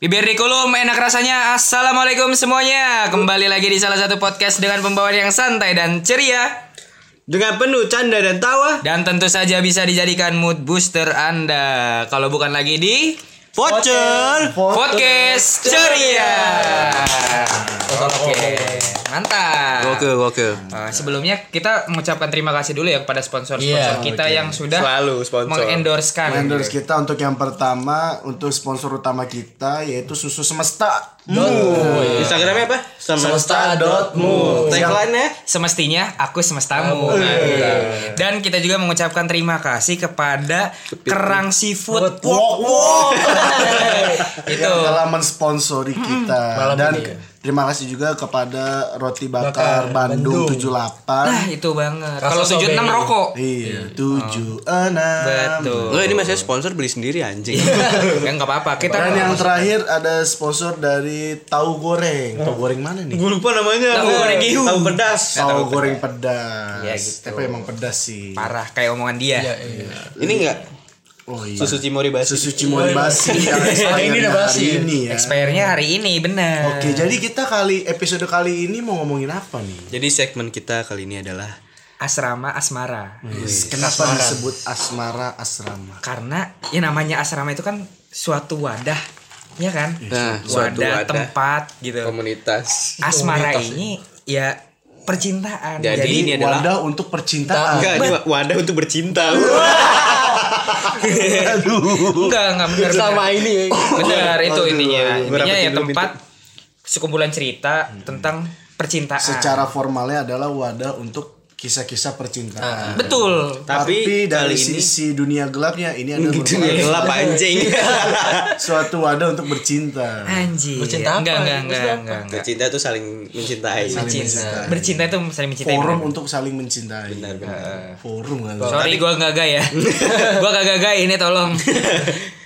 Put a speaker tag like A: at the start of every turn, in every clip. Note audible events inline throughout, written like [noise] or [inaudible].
A: Bibir Rikulum, enak rasanya. Assalamualaikum semuanya. Kembali lagi di salah satu podcast dengan pembawaan yang santai dan ceria.
B: Dengan penuh canda dan tawa
A: Dan tentu saja bisa dijadikan mood booster Anda. Kalau bukan lagi di
B: Voucher
A: Podcast Ceria. Oke, mantap.
B: Gokil gokil
A: Eh, sebelumnya kita mengucapkan terima kasih dulu ya kepada sponsor-sponsor
C: Iya,
A: kita yang sudah
B: Selalu sponsor
A: mengendorsekan.
C: Endorse kita untuk yang pertama untuk sponsor utama kita yaitu susu semesta.
B: Mu. Hmm. Oh, iya. Instagramnya apa?
C: Semesta.mu.
B: Tagline nya
A: Semestinya aku semestamu. Nah, gitu. Dan kita juga mengucapkan terima kasih kepada Kerang Seafood Walk.
C: Wow, wow.
A: Itu.
C: Yang telah mensponsori kita dan terima kasih juga kepada roti bakar, Bandung, 78.
A: Nah, itu banget. Kalau 76
D: strawberry.
A: rokok.
C: Iya, 76.
A: Betul.
B: Lo ini masih sponsor beli sendiri [laughs] anjing
A: ya enggak apa-apa. Kita
C: Dan yang terakhir ada sponsor dari tahu goreng. Tahu goreng mana nih?
B: Gue lupa namanya
A: Tahu goreng iu.
B: Tahu pedas
C: Tahu goreng pedas.
A: Ya, gitu.
C: Tapi emang pedas sih.
A: parah kayak omongan dia.
D: Iya.
B: Ini enggak
C: Oh iya.
B: Susu Cimori basi
C: susu cimol basi yang expired
D: Ini udah
C: hari
D: basi.
C: ini ya.
A: Expirednya hari ini benar.
C: Oke, jadi kita kali episode kali ini mau ngomongin apa nih?
B: Jadi segmen kita kali ini adalah
A: Asrama Asmara.
C: Hmm. Kenapa disebut asmara asrama?
A: Karena ya namanya asrama itu kan suatu wadah, ya kan?
B: Nah, suatu
A: wadah,
B: wadah.
A: tempat gitu.
B: komunitas
A: Asmara ini ya percintaan.
B: Jadi ini adalah-
C: Wadah untuk percintaan.
B: Enggak, ini wadah untuk bercinta
A: Enggak, enggak benar.
D: sama
A: [laughs]
D: ini
A: Benar
D: Oh,
A: itu intinya. Intinya
B: rapetin
A: ya
B: dulu
A: tempat sekumpulan cerita
D: Hmm.
A: tentang percintaan.
C: Secara formalnya adalah wadah untuk kisah-kisah percintaan.
A: betul.
B: Ah, Tapi, kali
C: Tapi, dari
B: ini
C: sisi dunia gelapnya ini adalah
B: Gitu
C: merupakan
B: ya gelap anjing
C: [laughs] suatu wadah untuk bercinta.
A: Anjir.
D: Bercinta apa?
A: Enggak, enggak, enggak,
D: Bercinta apa?
A: enggak, enggak.
B: [laughs] Bercinta tuh saling mencintai
A: Bercinta. Bercinta itu saling mencintai.
C: Forum
A: benar.
C: untuk saling mencintai. Forum kan.
A: Sorry gua enggak gay
D: [laughs]
A: ya. gua enggak gay ini tolong.
B: [laughs]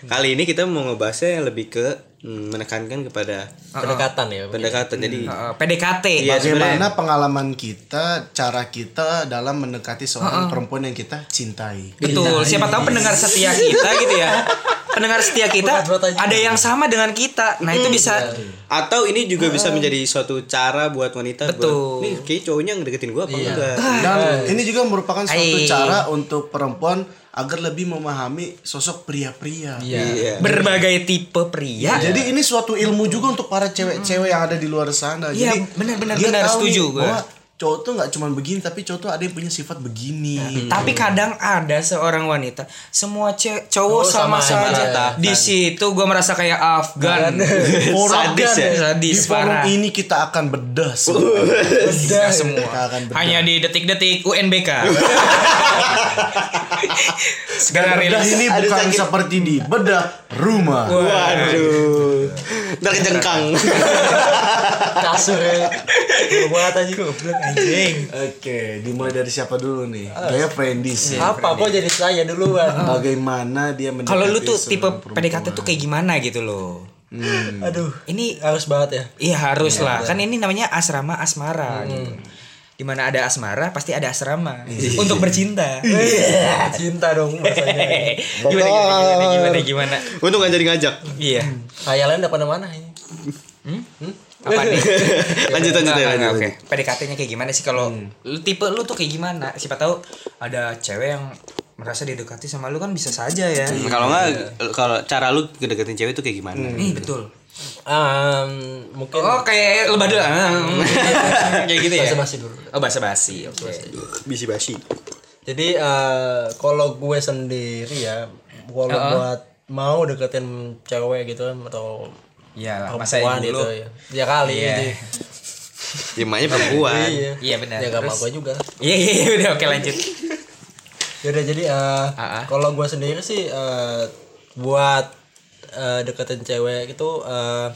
B: Kali ini kita mau ngebahasnya lebih ke mm, menekankan kepada
A: Ah,
D: pendekatan ya
A: Iya.
B: pendekatan. Jadi
A: Heeh, PDKT.
B: Iya.
C: Bagaimana pengalaman kita, cara kita dalam
B: Ah,
C: mendekati seorang perempuan yang kita cintai?
D: Iya,
A: Betul. Siapa tahu pendengar setia kita gitu ya. Pendengar setia kita
D: Berat-berat aja. Iya,
A: ada yang sama dengan kita. Nah, itu bisa
B: atau ini juga
D: Hmm.
B: bisa menjadi suatu cara buat wanita
A: Betul.
B: buat nih kayak cowoknya ngedeketin gua apa
D: Iya.
B: enggak.
C: Dan ini juga merupakan suatu
A: Iya. Hai.
C: cara untuk perempuan agar lebih memahami sosok pria-pria.
D: [laughs]
B: Iya.
A: berbagai tipe pria.
C: Jadi ini suatu ilmu juga untuk para cewek-cewek yang ada di luar sana.
A: Iya,
C: Jadi
A: benar, benar,
C: dia
A: benar,
C: tahu
A: setuju
C: nih
A: gua.
C: bahwa cowok tuh nggak cuma begini, tapi cowok tuh ada yang punya sifat begini.
A: Tapi kadang ada seorang wanita, semua ce- cowok sama,
D: sama
A: saja.
D: aja.
A: Di situ gue merasa kayak Afgan.
B: Sadis ya.
C: kan, Di
A: [laughs] Sadis
C: forum
A: parah.
C: ini kita akan bedah semua.
A: Kita semua.
C: Kita akan bedah.
A: Hanya di detik-detik UNBK. Segala
C: Bedah
A: rilis.
C: ini
B: Ada
C: bukan
B: sakit.
C: seperti di bedah rumah.
B: Waduh. Ntar
D: [laughs]
B: kejengkang.
D: kasur ya buat aja
A: Anjing.
C: Oke, dimulai dari siapa dulu nih? Gaya Fendi sih.
D: apa kok
A: ya.
D: jadi saya duluan
C: Bagaimana dia mendekati
A: Kalau lu tuh
C: seorang
A: tipe
C: perempuan?
A: PDKT tuh kayak gimana gitu loh. Hmm.
D: aduh
A: Ini
D: harus banget ya
A: iya harus lah. Kan ini namanya asrama asmara gitu. Dimana ada asmara pasti ada asrama untuk bercinta.
D: Iya.
A: Iya.
D: cinta dong rasanya
A: [laughs] gimana, gimana, gimana, gimana, gimana.
B: Untung gak jadi ngajak.
A: Iya.
D: khayalan udah pada mana ini
A: Apa nih?
B: Lanjut lanjut
A: Nah,
B: ya,
A: nah,
B: lanjut.
A: Oke. PDKT-nya kayak gimana sih kalau lu tipe lu tuh kayak gimana? Siapa tahu ada cewek yang merasa didekati sama lu kan bisa saja ya.
B: Hmm, Kalau nggak, kalau cara lu ngedeketin cewek tuh kayak gimana?
D: Hmm.
B: Gitu.
A: Ih, betul.
D: Em, mungkin
A: Oh, kayak lebah doang. [laughs] kayak gitu ya.
D: Basa-basi dulu.
A: Oh, basa-basi. Oke.
B: Bisi basi.
D: Jadi eh, kalau gue sendiri ya,
A: Ah,
D: kalau buat mau deketin cewek gitu kan atau
A: Iyalah, Iya, masa
D: perempuan
A: Nah, dulu.
D: gitu ya. Ya kali
A: Iya.
D: jadi.
B: Emangnya perempuan.
D: Iya.
A: Iya, benar.
D: Ya gak mau
A: Terus?
D: gue juga.
A: Iya, iya, iya, udah oke lanjut.
D: Yaudah jadi eh,
A: Ah, ah.
D: kalau gue sendiri sih eh, buat eh, deketin cewek itu eh,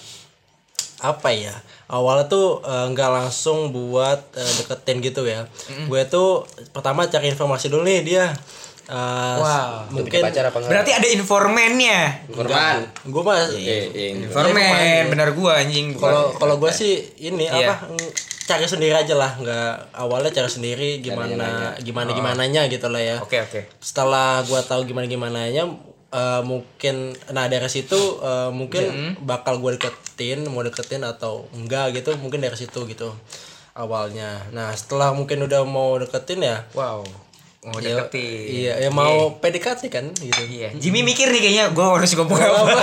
D: apa ya? Awalnya tuh eh, nggak langsung buat eh, deketin gitu ya. Gue tuh pertama cari informasi dulu nih dia. Eh,
A: Wow.
D: mungkin
A: Berarti ada informannya.
B: Perempuan.
D: gue mah
A: Iya,
D: eh, Iya.
A: Informan, benar gua anjing. bukan.
D: kalau kalau gue sih ini
A: Iya.
D: apa ng- cari sendiri aja lah nggak awalnya cari sendiri
A: Oh.
D: gimana gimana gimananya gitu lah ya
A: Oke, oke.
D: setelah gua tahu gimana gimananya eh, mungkin nah dari situ eh,
C: Hmm.
D: mungkin bakal gue deketin mau deketin atau enggak gitu mungkin dari situ gitu awalnya nah setelah mungkin udah mau deketin ya
A: Wow. Mau
D: ya-
A: deketin.
D: iya ya mau PDKT kan gitu
A: Iya. Jimmy mikir nih kayaknya gue harus ngomong apa.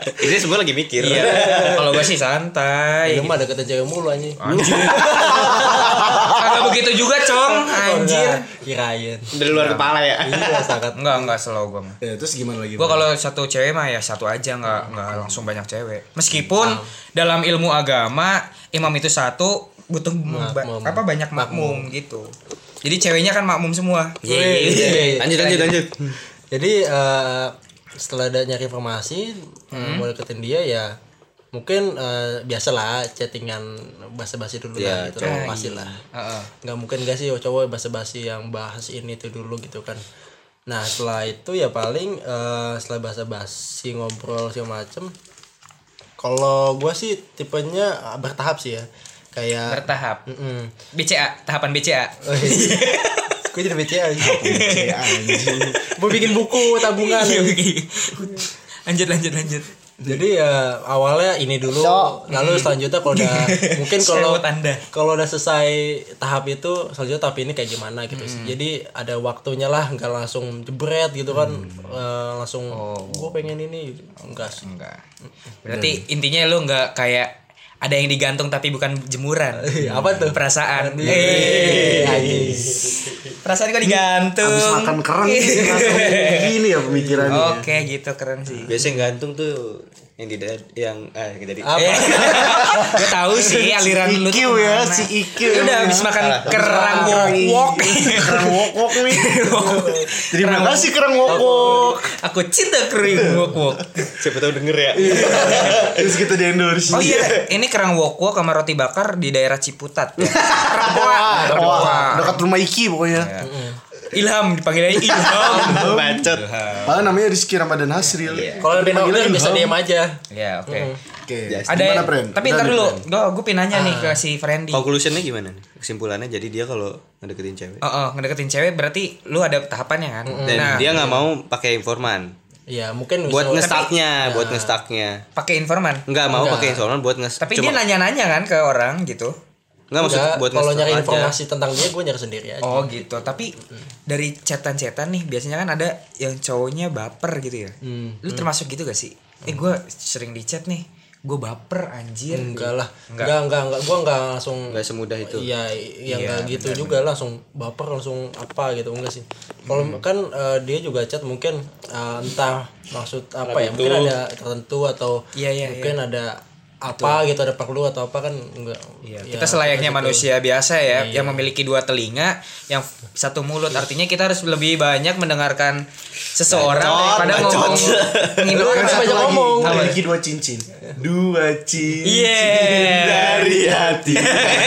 B: Ini semua lagi mikir.
A: Iya.
D: [laughs]
A: Kalau gue sih santai.
D: Lu mah deketin cewek mulu anjing
A: Kagak begitu juga, Cong. Anjir.
D: Nah, kirain
B: Dari luar kepala ya.
D: iya sangat
A: Enggak, enggak slow gue.
C: [laughs] Ya, terus gimana lagi?
A: Gue kalau satu cewek mah ya satu aja nggak nggak langsung banyak cewek. Meskipun dalam ilmu agama imam itu satu butuh ba-
D: Makmum.
A: apa banyak makmum, gitu. Jadi ceweknya kan makmum semua.
D: Iya.
B: Lanjut lanjut lanjut.
D: Jadi eh, setelah ada nyari informasi eh, mau deketin dia ya mungkin eh, biasalah chattingan basa-basi dulu
B: Ya,
D: lah gitu lah, pasti lah.
A: Heeh.
D: Nggak mungkin gak sih oh, cowok basa-basi yang bahas ini itu dulu gitu kan. Nah setelah itu ya paling eh, setelah basa-basi ngobrol segala macem. Kalau gua sih tipenya eh, bertahap sih ya kayak.
A: Bertahap.
D: Mm-mm. Oh,
A: BCA,
D: iya.
A: tahapan BCA.
D: Gua jadi BCA
C: Ya, anjing.
D: Mau bikin buku tabungan
A: Iya, lanjut lanjut lanjut.
D: Jadi ya awalnya ini dulu, lalu selanjutnya kalau udah mungkin kalau
A: Saya buat Anda.
D: kalau udah selesai tahap itu selanjutnya tahap ini kayak gimana gitu. sih. Jadi ada waktunya lah, nggak langsung jebret gitu kan, Eh, langsung gue pengen ini, enggak sih.
A: Enggak. Berarti intinya lu nggak kayak ada yang digantung tapi bukan jemuran.
C: [laughs] Iya,
D: Apa tuh?
A: Perasaan. Eh, Perasaan gua digantung.
C: iya.
A: Iya.
C: Habis makan kerang langsung gini ya pemikirannya.
A: [laughs] Oke, gitu keren sih.
B: Biasanya gantung tuh yang di dad- yang ah yang jadi.
A: [laughs]
D: Apa?
A: gue Eh, tahu sih aliran lu
C: IQ
A: tuh
C: ya,
A: kemana.
C: si IQ
A: Lu udah habis makan kerang wok [laughs]
C: Kerang wok-wok nih. Terima kasih Iya. kerang wok-wok.
A: aku cinta kering wok wok
B: Siapa tahu denger ya.
D: Iya.
C: Terus kita di
A: oh
C: endorse.
A: iya ini kerang wok wok sama roti bakar di daerah
C: [laughs]
A: Ciputat Rawa
C: Wah, dekat rumah
A: Iya.
C: Iki pokoknya.
A: Ilham dipanggilnya Ilham
B: [laughs]
C: [laughs]
B: Bacot.
D: Iya.
C: Padahal namanya Rizky Ramadan Hasril.
D: Kalau lebih nongkrong bisa diem aja.
A: ya Iya. oke
C: Oke.
A: ada
C: Gimana, Pren?
A: tapi
C: Udah
A: ntar
C: nih,
A: dulu
C: Pren? Oh.
A: gue gue pinanya nih ke si Fendi
B: Conclusionnya gimana? Kesimpulannya jadi dia kalau ngedeketin cewek.
A: Oh, oh, ngedeketin cewek berarti lu ada tahapannya kan.
B: Dan
A: Nah,
B: dia nggak mau pakai informan.
D: Iya mungkin
B: Buat
D: bisa-
B: ngestaknya, buat ngestaknya.
A: pakai informan.
B: Nggak mau
D: Nggak.
B: pakai informan buat ngestak.
A: Tapi dia nanya-nanya kan ke orang gitu.
B: nggak maksud
D: Nggak,
B: buat
D: kalau
B: ngestak
D: nyari
B: aja.
D: informasi tentang dia gue nyari sendiri aja.
A: Oh gitu. Tapi dari cetan-cetan nih biasanya kan ada yang cowoknya baper gitu ya. Lu termasuk gitu gak sih? Eh gue sering di chat nih. Gue baper anjir.
D: Enggak lah, enggak enggak enggak, gue enggak langsung
B: Nggak semudah
D: [laughs]
B: itu.
D: Iya, iya nggak gitu juga langsung baper langsung apa gitu enggak sih. Kalau
A: Hmm.
D: kan eh, dia juga chat mungkin eh, entah maksud apa ya, mungkin ada tertentu atau
A: Iya, iya,
D: mungkin ada apa gitu ada perlu atau apa kan enggak.
A: Ya,
D: gitu.
A: kita selayaknya manusia biasa ya yang memiliki dua telinga yang f- satu mulut artinya kita harus lebih banyak mendengarkan seseorang daripada ngomong Iya,
D: Lu
C: Kan
A: ngidolakan
D: harus
A: satu
D: banyak
A: lagi.
D: ngomong.
A: Apa?
C: Memiliki dua cincin. Dua cincin
A: Iya.
C: dari hati.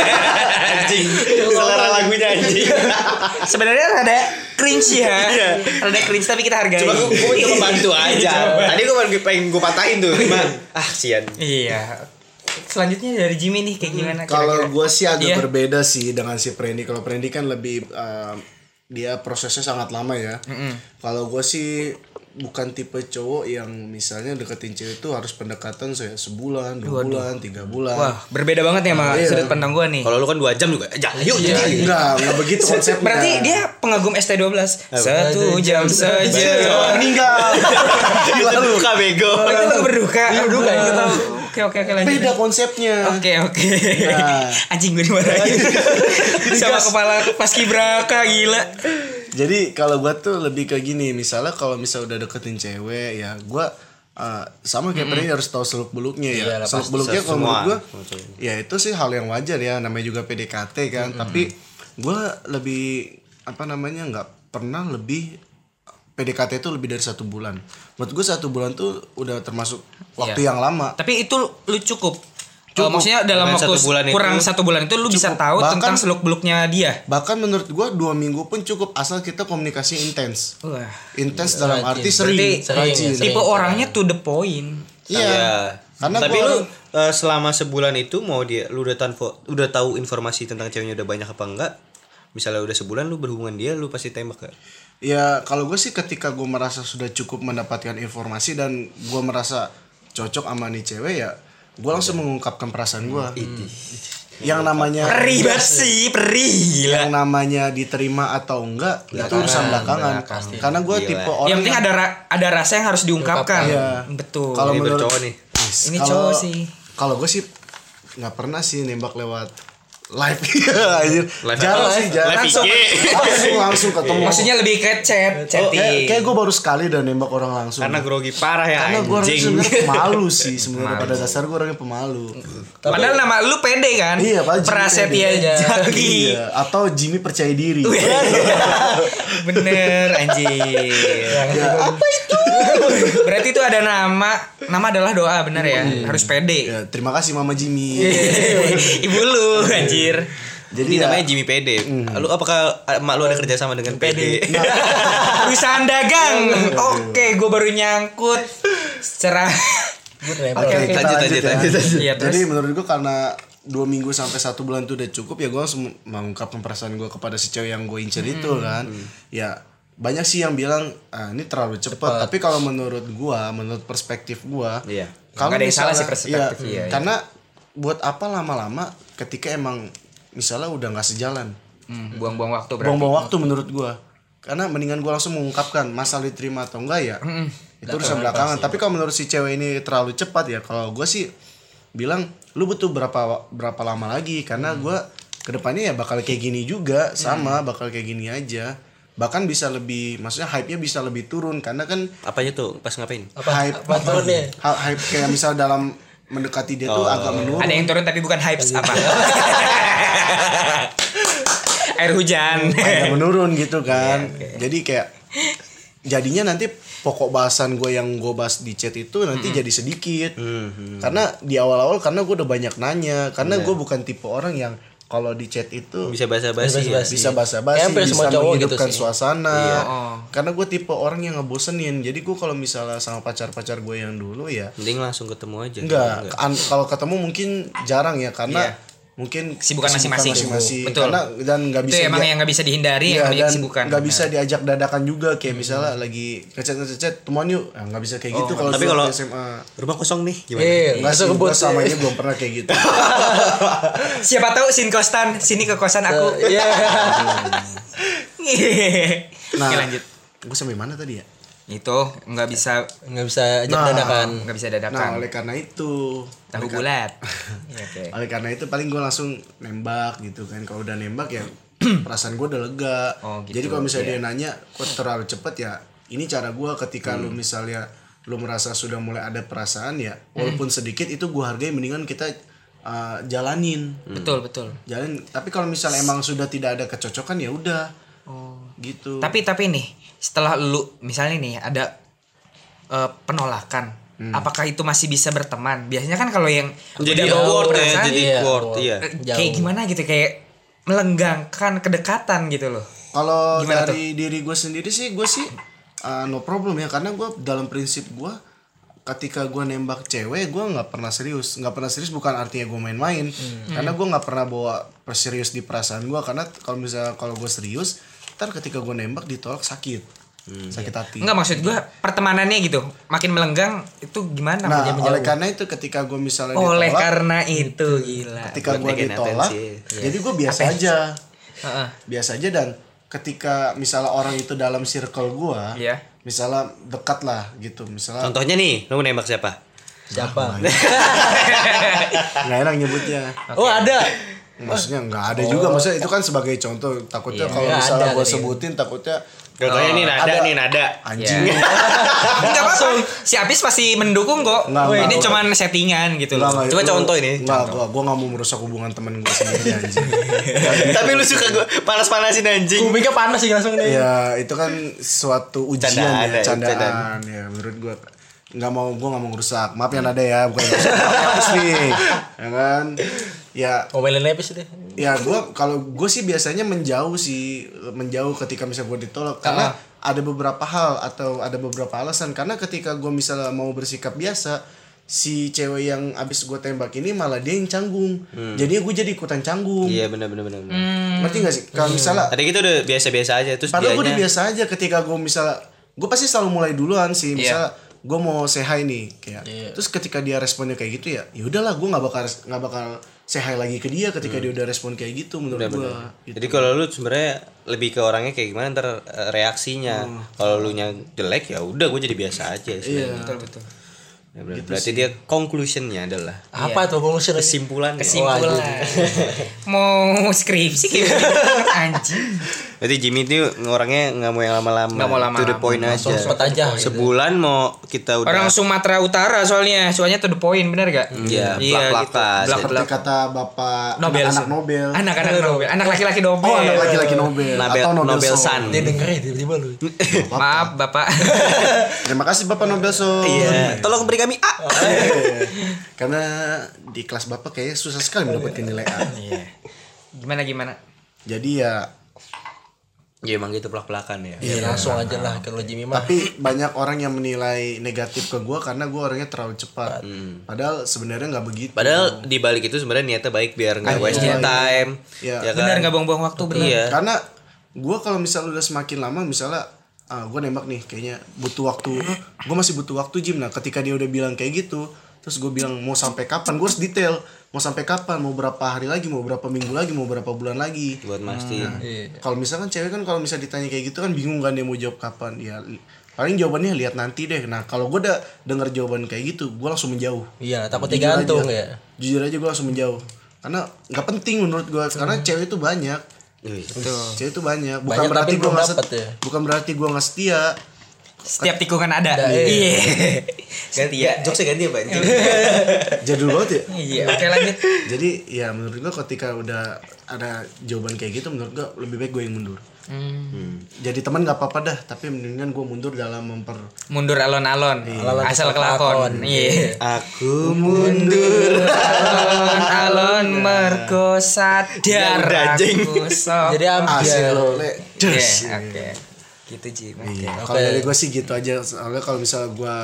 A: [laughs]
B: anjing. Selera lagunya [laughs] anjing.
A: Sebenarnya rada cringe ya. Rada cringe tapi kita hargai.
B: Cuma gue gue cuma bantu aja. Tadi gue pengen gue patahin tuh, cuma ah sian.
A: Iya. Selanjutnya dari Jimmy nih kayak gimana
C: Hmm, Kalau
A: kira-kira?
C: gue sih agak
A: Iya.
C: berbeda sih dengan si Prendi. Kalau Prendi kan lebih um, dia prosesnya sangat lama ya. Kalau gue sih bukan tipe cowok yang misalnya deketin cewek itu harus pendekatan saya sebulan, dua bulan, tiga bulan.
A: Wah, berbeda banget ya sama sudut pandang gua nih.
B: Kalau lu kan 2 jam juga. Ya, yuk
C: Iya. [laughs]
B: jadi.
C: Enggak, enggak begitu konsepnya.
A: [laughs] Berarti dia pengagum ST12. Satu jam
C: Jangan
A: saja. [laughs]
C: meninggal. Gila lu.
B: Buka bego.
A: Oh, itu lagu berduka. Berduka ya. Oke, oke, oke lanjut.
C: Beda konsepnya.
A: Oke, oke.
C: Nah.
A: [laughs] Anjing gue dimarahin. [laughs] sama kepala paskibraka gila.
C: Jadi kalau gua tuh lebih ke gini, misalnya kalau misalnya udah deketin cewek ya gua eh, sama kayak Peri harus tahu seluk beluknya ya.
D: Iyalah,
C: seluk
D: pasti,
C: beluknya kalau
B: semua.
C: menurut gua ya itu sih hal yang wajar ya, namanya juga PDKT kan, tapi gua lebih apa namanya nggak pernah lebih PDKT itu lebih dari satu bulan. Menurut gua satu bulan tuh udah termasuk waktu yang lama.
A: Tapi itu lu cukup. Eh, maksudnya dalam
B: Dengan
A: waktu
B: satu bulan itu-
A: kurang satu bulan itu lu bisa tahu
C: Bahkan-
A: tentang seluk beluknya dia.
C: Bahkan menurut gua dua minggu pun cukup asal kita komunikasi intens.
A: Wah.
C: Intens dalam arti
A: Berarti
C: sering,
A: ya,
D: Sering,
C: rajin.
D: sering.
A: tipe orangnya to the point.
C: Iya. Karena
B: Tapi
C: gua-
B: lu eh, selama sebulan itu mau dia lu udah tanpa udah tahu informasi tentang ceweknya udah banyak apa enggak? misalnya udah sebulan lu berhubungan dia lu pasti tembak gak?
C: Ya kalau gue sih ketika gue merasa sudah cukup mendapatkan informasi dan gue merasa cocok sama nih cewek ya gue langsung mengungkapkan perasaan gue. Yang namanya
A: Perih banget Iya sih, perih gila.
C: yang namanya diterima atau enggak itu urusan belakangan. Karena gue tipe orang
A: yang penting ada ra- ada rasa yang harus diungkapkan.
C: Iya.
A: Betul.
C: Kalau
B: Ini
C: menurut
B: bercowok nih.
A: Ini
C: kalau-
A: cowok sih.
C: Kalau gue sih nggak pernah sih nembak lewat live [laughs] ya anjir. Jarang
B: apa?
C: sih, jarang.
B: Live
A: Langsung.
B: IG.
C: Langsung langsung ketemu.
A: Maksudnya lebih ke chat, chatting.
C: Kayak, gue baru sekali dan nembak orang langsung.
B: Karena grogi parah ya
C: Karena gue orangnya
B: anjing.
C: sebenarnya pemalu
B: [laughs]
C: sih sebenarnya pada dasar gue orangnya pemalu.
A: Padahal nama lu pede kan?
C: Iya, padahal Jimmy
A: Prasetya
C: pede.
A: Jaki.
C: [laughs] Iya, atau Jimmy percaya diri.
A: [laughs] Bener anjir.
C: Apa
A: Berarti itu ada nama, nama adalah doa bener ya. Harus pede.
C: Ya, terima kasih Mama Jimmy.
A: [laughs] Ibu lu anjir.
B: Iya. Ini
C: Jadi ya,
B: namanya Jimmy PD. Lu apakah emak lu ada kerjasama dengan PD?
C: nah,
A: Perusahaan dagang.
C: Iya,
A: Oke, gue baru nyangkut secara
D: Good rapper.
C: Oke,
A: Oke,
C: kita
B: lanjut,
C: lanjut,
B: lanjut,
C: ya.
B: lanjut,
A: lanjut. Iya,
C: Jadi
A: terus?
C: menurut gue karena dua minggu sampai satu bulan itu udah cukup ya gue langsung mengungkapkan perasaan gue kepada si cewek yang gue incer itu
A: Hmm,
C: kan. Ya banyak sih yang bilang "Ah, ini terlalu cepat. Tapi kalau menurut gue, menurut perspektif gue,
B: Iya.
A: Nggak ada yang salah sih perspektif,
C: iya,
A: iya, iya.
C: Karena buat apa lama-lama ketika emang misalnya udah nggak sejalan,
A: Hmm, buang-buang waktu berarti.
C: buang-buang waktu menurut gue. Karena mendingan gue langsung mengungkapkan masalah diterima atau enggak ya. Itu urusan belakangan. Tapi kalau menurut si cewek ini terlalu cepat ya. Kalau gue sih bilang lu butuh berapa berapa lama lagi karena gue kedepannya ya bakal kayak gini juga sama bakal kayak gini aja. Bahkan bisa lebih maksudnya hype-nya bisa lebih turun karena kan
B: Apanya tuh pas ngapain?
D: Apa?
C: hype
D: Apa ya? tuh
A: [laughs]
D: nih?
C: hy- [laughs] hype kayak misal dalam mendekati dia tuh agak menurun.
A: Ada yang turun tapi bukan hypes
C: Iya.
A: apa? [laughs] Air hujan.
C: agak menurun gitu kan jadi kayak jadinya nanti pokok bahasan gue yang gue bahas di chat itu nanti jadi sedikit karena di awal-awal karena gue udah banyak nanya karena gue bukan tipe orang yang kalau di chat itu
B: Bisa ya? bahasa-bahasa.
D: Bisa basa-basi.
C: bisa basa-basi
D: Hampir
C: bisa
D: semua cowok gitu
C: menghidupkan
D: sih.
C: suasana
A: oh.
C: karena gue tipe orang yang ngebosenin jadi gue kalau misalnya sama pacar-pacar gue yang dulu ya
B: Mending langsung ketemu aja.
C: Enggak, an- kalau ketemu mungkin jarang ya karena mungkin
A: Kesibukan masing-masing. Betul.
C: Karena dan nggak
A: Itu
C: bisa
A: emang
C: dia-
A: yang nggak bisa dihindari
C: Iya
A: yang namanya
C: dan
A: kesibukan.
C: nggak bisa diajak dadakan juga kayak misalnya lagi ngechat ngechat temuan yuk Ah, nggak bisa kayak gitu kalau
B: Tapi
C: dulu
B: kalau
C: waktu SMA
B: rumah kosong nih gimana?
D: Eh,
C: nggak sih
D: langsung
C: gue
D: kebut
C: sama
D: sih.
C: ini belum pernah kayak gitu
A: Siapa tahu sin kostan, sini ke kosan aku.
D: Iya.
C: nah
A: Oke, lanjut.
C: gue sampai mana tadi ya
A: Itu nggak bisa
D: Nggak bisa ajak
C: Nah.
D: dadakan.
A: nggak bisa
C: nah oleh
A: dadakan.
C: karena itu
A: Tahu
C: oleh kar-
A: bulat. Iya, Oke.
C: oleh karena itu paling gue langsung nembak gitu kan kalau udah nembak ya [clears throat] perasaan gue udah lega
A: Oh, gitu.
C: jadi kalau misalnya dia nanya kok terlalu cepet ya ini cara gue ketika lu misalnya lu merasa sudah mulai ada perasaan ya walaupun sedikit itu gue hargai mendingan kita uh, jalanin
A: Betul, betul.
C: jalan tapi kalau misalnya emang sudah tidak ada kecocokan ya udah gitu
A: Oh. Tapi tapi nih, setelah lu misalnya nih ada eh, penolakan, apakah itu masih bisa berteman? Biasanya kan kalau yang
B: Jadi
A: udah bawa
B: awkward ya,
A: perasaan,
B: jadi
D: Iya,
B: awkward,
D: awkward.
B: iya.
A: eh,
D: Jauh.
A: kayak gimana gitu kayak melenggangkan kedekatan gitu loh.
C: kalau
A: Gimana
C: dari diri gue sendiri sih gue sih uh, no problem ya karena gue dalam prinsip gue ketika gue nembak cewek gue nggak pernah serius nggak pernah serius bukan artinya gue main-main
A: Hmm.
C: karena gue nggak pernah bawa serius di perasaan gue karena t- kalau misalnya kalau gue serius ntar ketika gue nembak ditolak sakit sakit hati
A: Enggak maksud gua pertemanannya gitu. Makin melenggang itu gimana?
C: nah
A: Menjauh-
C: oleh karena itu ketika gue misalnya
A: Oleh
C: ditolak
A: karena itu gila.
C: ketika
B: Buat
C: gue
B: taken
C: ditolak
B: atensi.
C: jadi
A: Iya.
C: gue biasa
A: ya?
C: aja
A: Heeh.
C: biasa aja dan ketika misalnya orang itu dalam circle gua
A: Iya.
C: misalnya dekat lah gitu misalnya
B: Contohnya nih, lu mau nembak siapa?
C: Nah,
D: Siapa?
C: iya. nggak enak nyebutnya
D: Oh, ada.
C: maksudnya nggak ada juga maksudnya itu kan sebagai contoh takutnya kalau
D: nggak
C: misalnya
D: ada
C: gua
D: tadi.
C: sebutin takutnya
B: Contohnya nih ya, nada,
C: ada.
B: nih nada.
C: anjing
A: Enggak apa-apa. Si Apis pasti mendukung kok.
C: Enggak,
A: Wih,
C: enggak.
A: ini cuman settingan gitu loh.
C: Nggak, nggak,
B: Coba
C: itu-
B: contoh ini,
A: Nah.
C: nggak gua gua nggak mau merusak hubungan temen gua sendiri anjing
B: Tapi lu suka gua panas-panasin anjing.
D: Kupingnya panas sih langsung nih.
C: ya itu kan suatu ujian
B: Candaan
C: ya
B: ya,
C: candaan,
B: candaan.
C: ya menurut gua nggak mau gua nggak mau ngerusak maaf ya nada ya bukan ngerusak Maaf nih ya kan ya
D: Ngomelin lepis deh.
C: ya gua kalau gue sih biasanya menjauh sih menjauh ketika misalnya gue ditolak karena
B: Ah.
C: ada beberapa hal atau ada beberapa alasan karena ketika gue misalnya mau bersikap biasa si cewek yang abis gue tembak ini malah dia yang canggung jadinya gue jadi ikutan canggung
B: Hmm. Iya benar benar benar. benar.
C: ngerti gak sih kalau misalnya
B: Tadi kita udah biasa-biasa aja terus
C: Padahal gue udah
B: dianya-
C: biasa aja ketika gue misalnya gue pasti selalu mulai duluan
B: Iya.
C: sih misalnya gue mau say hi nih kayak terus ketika dia responnya kayak gitu ya ya udahlah gue nggak bakal nggak bakal say hi lagi ke dia ketika
B: Hmm.
C: dia udah respon kayak gitu menurut gue
B: Jadi kalau lu sebenarnya lebih ke orangnya kayak gimana ntar eh, reaksinya. Kalau lu nya jelek ya udah gue jadi biasa aja sebenarnya.
A: betul betul
B: Ya, ber- berarti dia conclusionnya adalah
A: Iya.
B: Oh,
D: Apa tuh conclusion?
B: kesimpulan.
A: kesimpulan mau skripsi kayak gitu anjing
B: Berarti Jimmy itu orangnya nggak mau yang lama-lama.
A: Nggak mau
B: To the
A: lama-lama,
B: point aja. gitu.
D: cepet aja.
B: Sebulan mau kita udah
A: orang Sumatera Utara soalnya soalnya to the point bener gak
B: Iya, blak-blakan.
A: Blak-
C: seperti kata bapak
A: Nobel
C: anak Nobel
A: anak-anak Nobel anak laki-laki Nobel
C: oh anak laki-laki Nobel
B: Nobel,
C: atau Nobel,
B: Nobel
C: Song.
B: Sun. Iya.
D: Dia dengerin tiba-tiba lu.
A: maaf [laughs] bapak
C: terima kasih bapak Nobel Sun
B: Iya. Tolong beri kami A.
C: Eh, [laughs] karena di kelas bapak kayaknya susah sekali mendapatkan nilai A
A: gimana gimana
C: jadi ya
B: Ya emang gitu pelak-pelakan ya.
D: Ya
A: Iya.
D: langsung aja lah kalau Jimmy mah.
C: tapi banyak orang yang menilai negatif ke gue karena gue orangnya terlalu cepat padahal sebenarnya nggak begitu
A: Iya.
B: Padahal di balik itu sebenarnya niatnya baik biar nggak wasting time.
C: Iya.
B: Ya kan?
A: bener nggak buang-buang waktu bener
B: Iya.
C: karena gue kalau misalnya udah semakin lama misalnya gue nembak nih kayaknya butuh waktu gue masih butuh waktu Jim nah ketika dia udah bilang kayak gitu terus gue bilang mau sampai kapan gue harus detail mau sampai kapan mau berapa hari lagi mau berapa minggu lagi mau berapa bulan lagi
B: Buat mastiin.
A: Ah.
C: kalau misalkan cewek kan kalau misalnya ditanya kayak gitu kan bingung kan dia mau jawab kapan ya li- paling jawabannya lihat nanti deh nah kalau gue udah denger jawaban kayak gitu gue langsung menjauh
D: Iya, takutnya gantung
C: aja.
D: ya.
C: jujur aja gue langsung menjauh karena nggak penting menurut gue karena cewek itu banyak
B: Wih.
C: cewek itu banyak bukan
D: Hmm. Banyak tapi
C: berarti gue
D: belum
C: nggak
D: dapet
C: set-
D: ya.
C: bukan berarti gue nggak setia
A: setiap tikungan ada iya [laughs]
B: Ganti ya. Jokesnya ganti apa anjing?
C: jadul
D: [laughs]
C: banget ya
A: iya oke lanjut
C: jadi ya menurut gue ketika udah ada jawaban kayak gitu menurut gue lebih baik gue yang mundur Hmm. jadi teman nggak apa-apa dah tapi mendingan gue mundur dalam memper
A: mundur Iya. alon-alon asal kelakon iya
B: Aku mundur.
D: [laughs] Iya.
A: alon-alon mergo sadar
B: udah, anjing.
A: aku sob.
D: Jadi
C: asik
D: ambil.
C: lo le
A: Oke,
C: Yes.
A: oke gitu Ji
C: Iya,
D: Oke.
C: kalau dari gue sih gitu aja. Soalnya kalau misalnya gue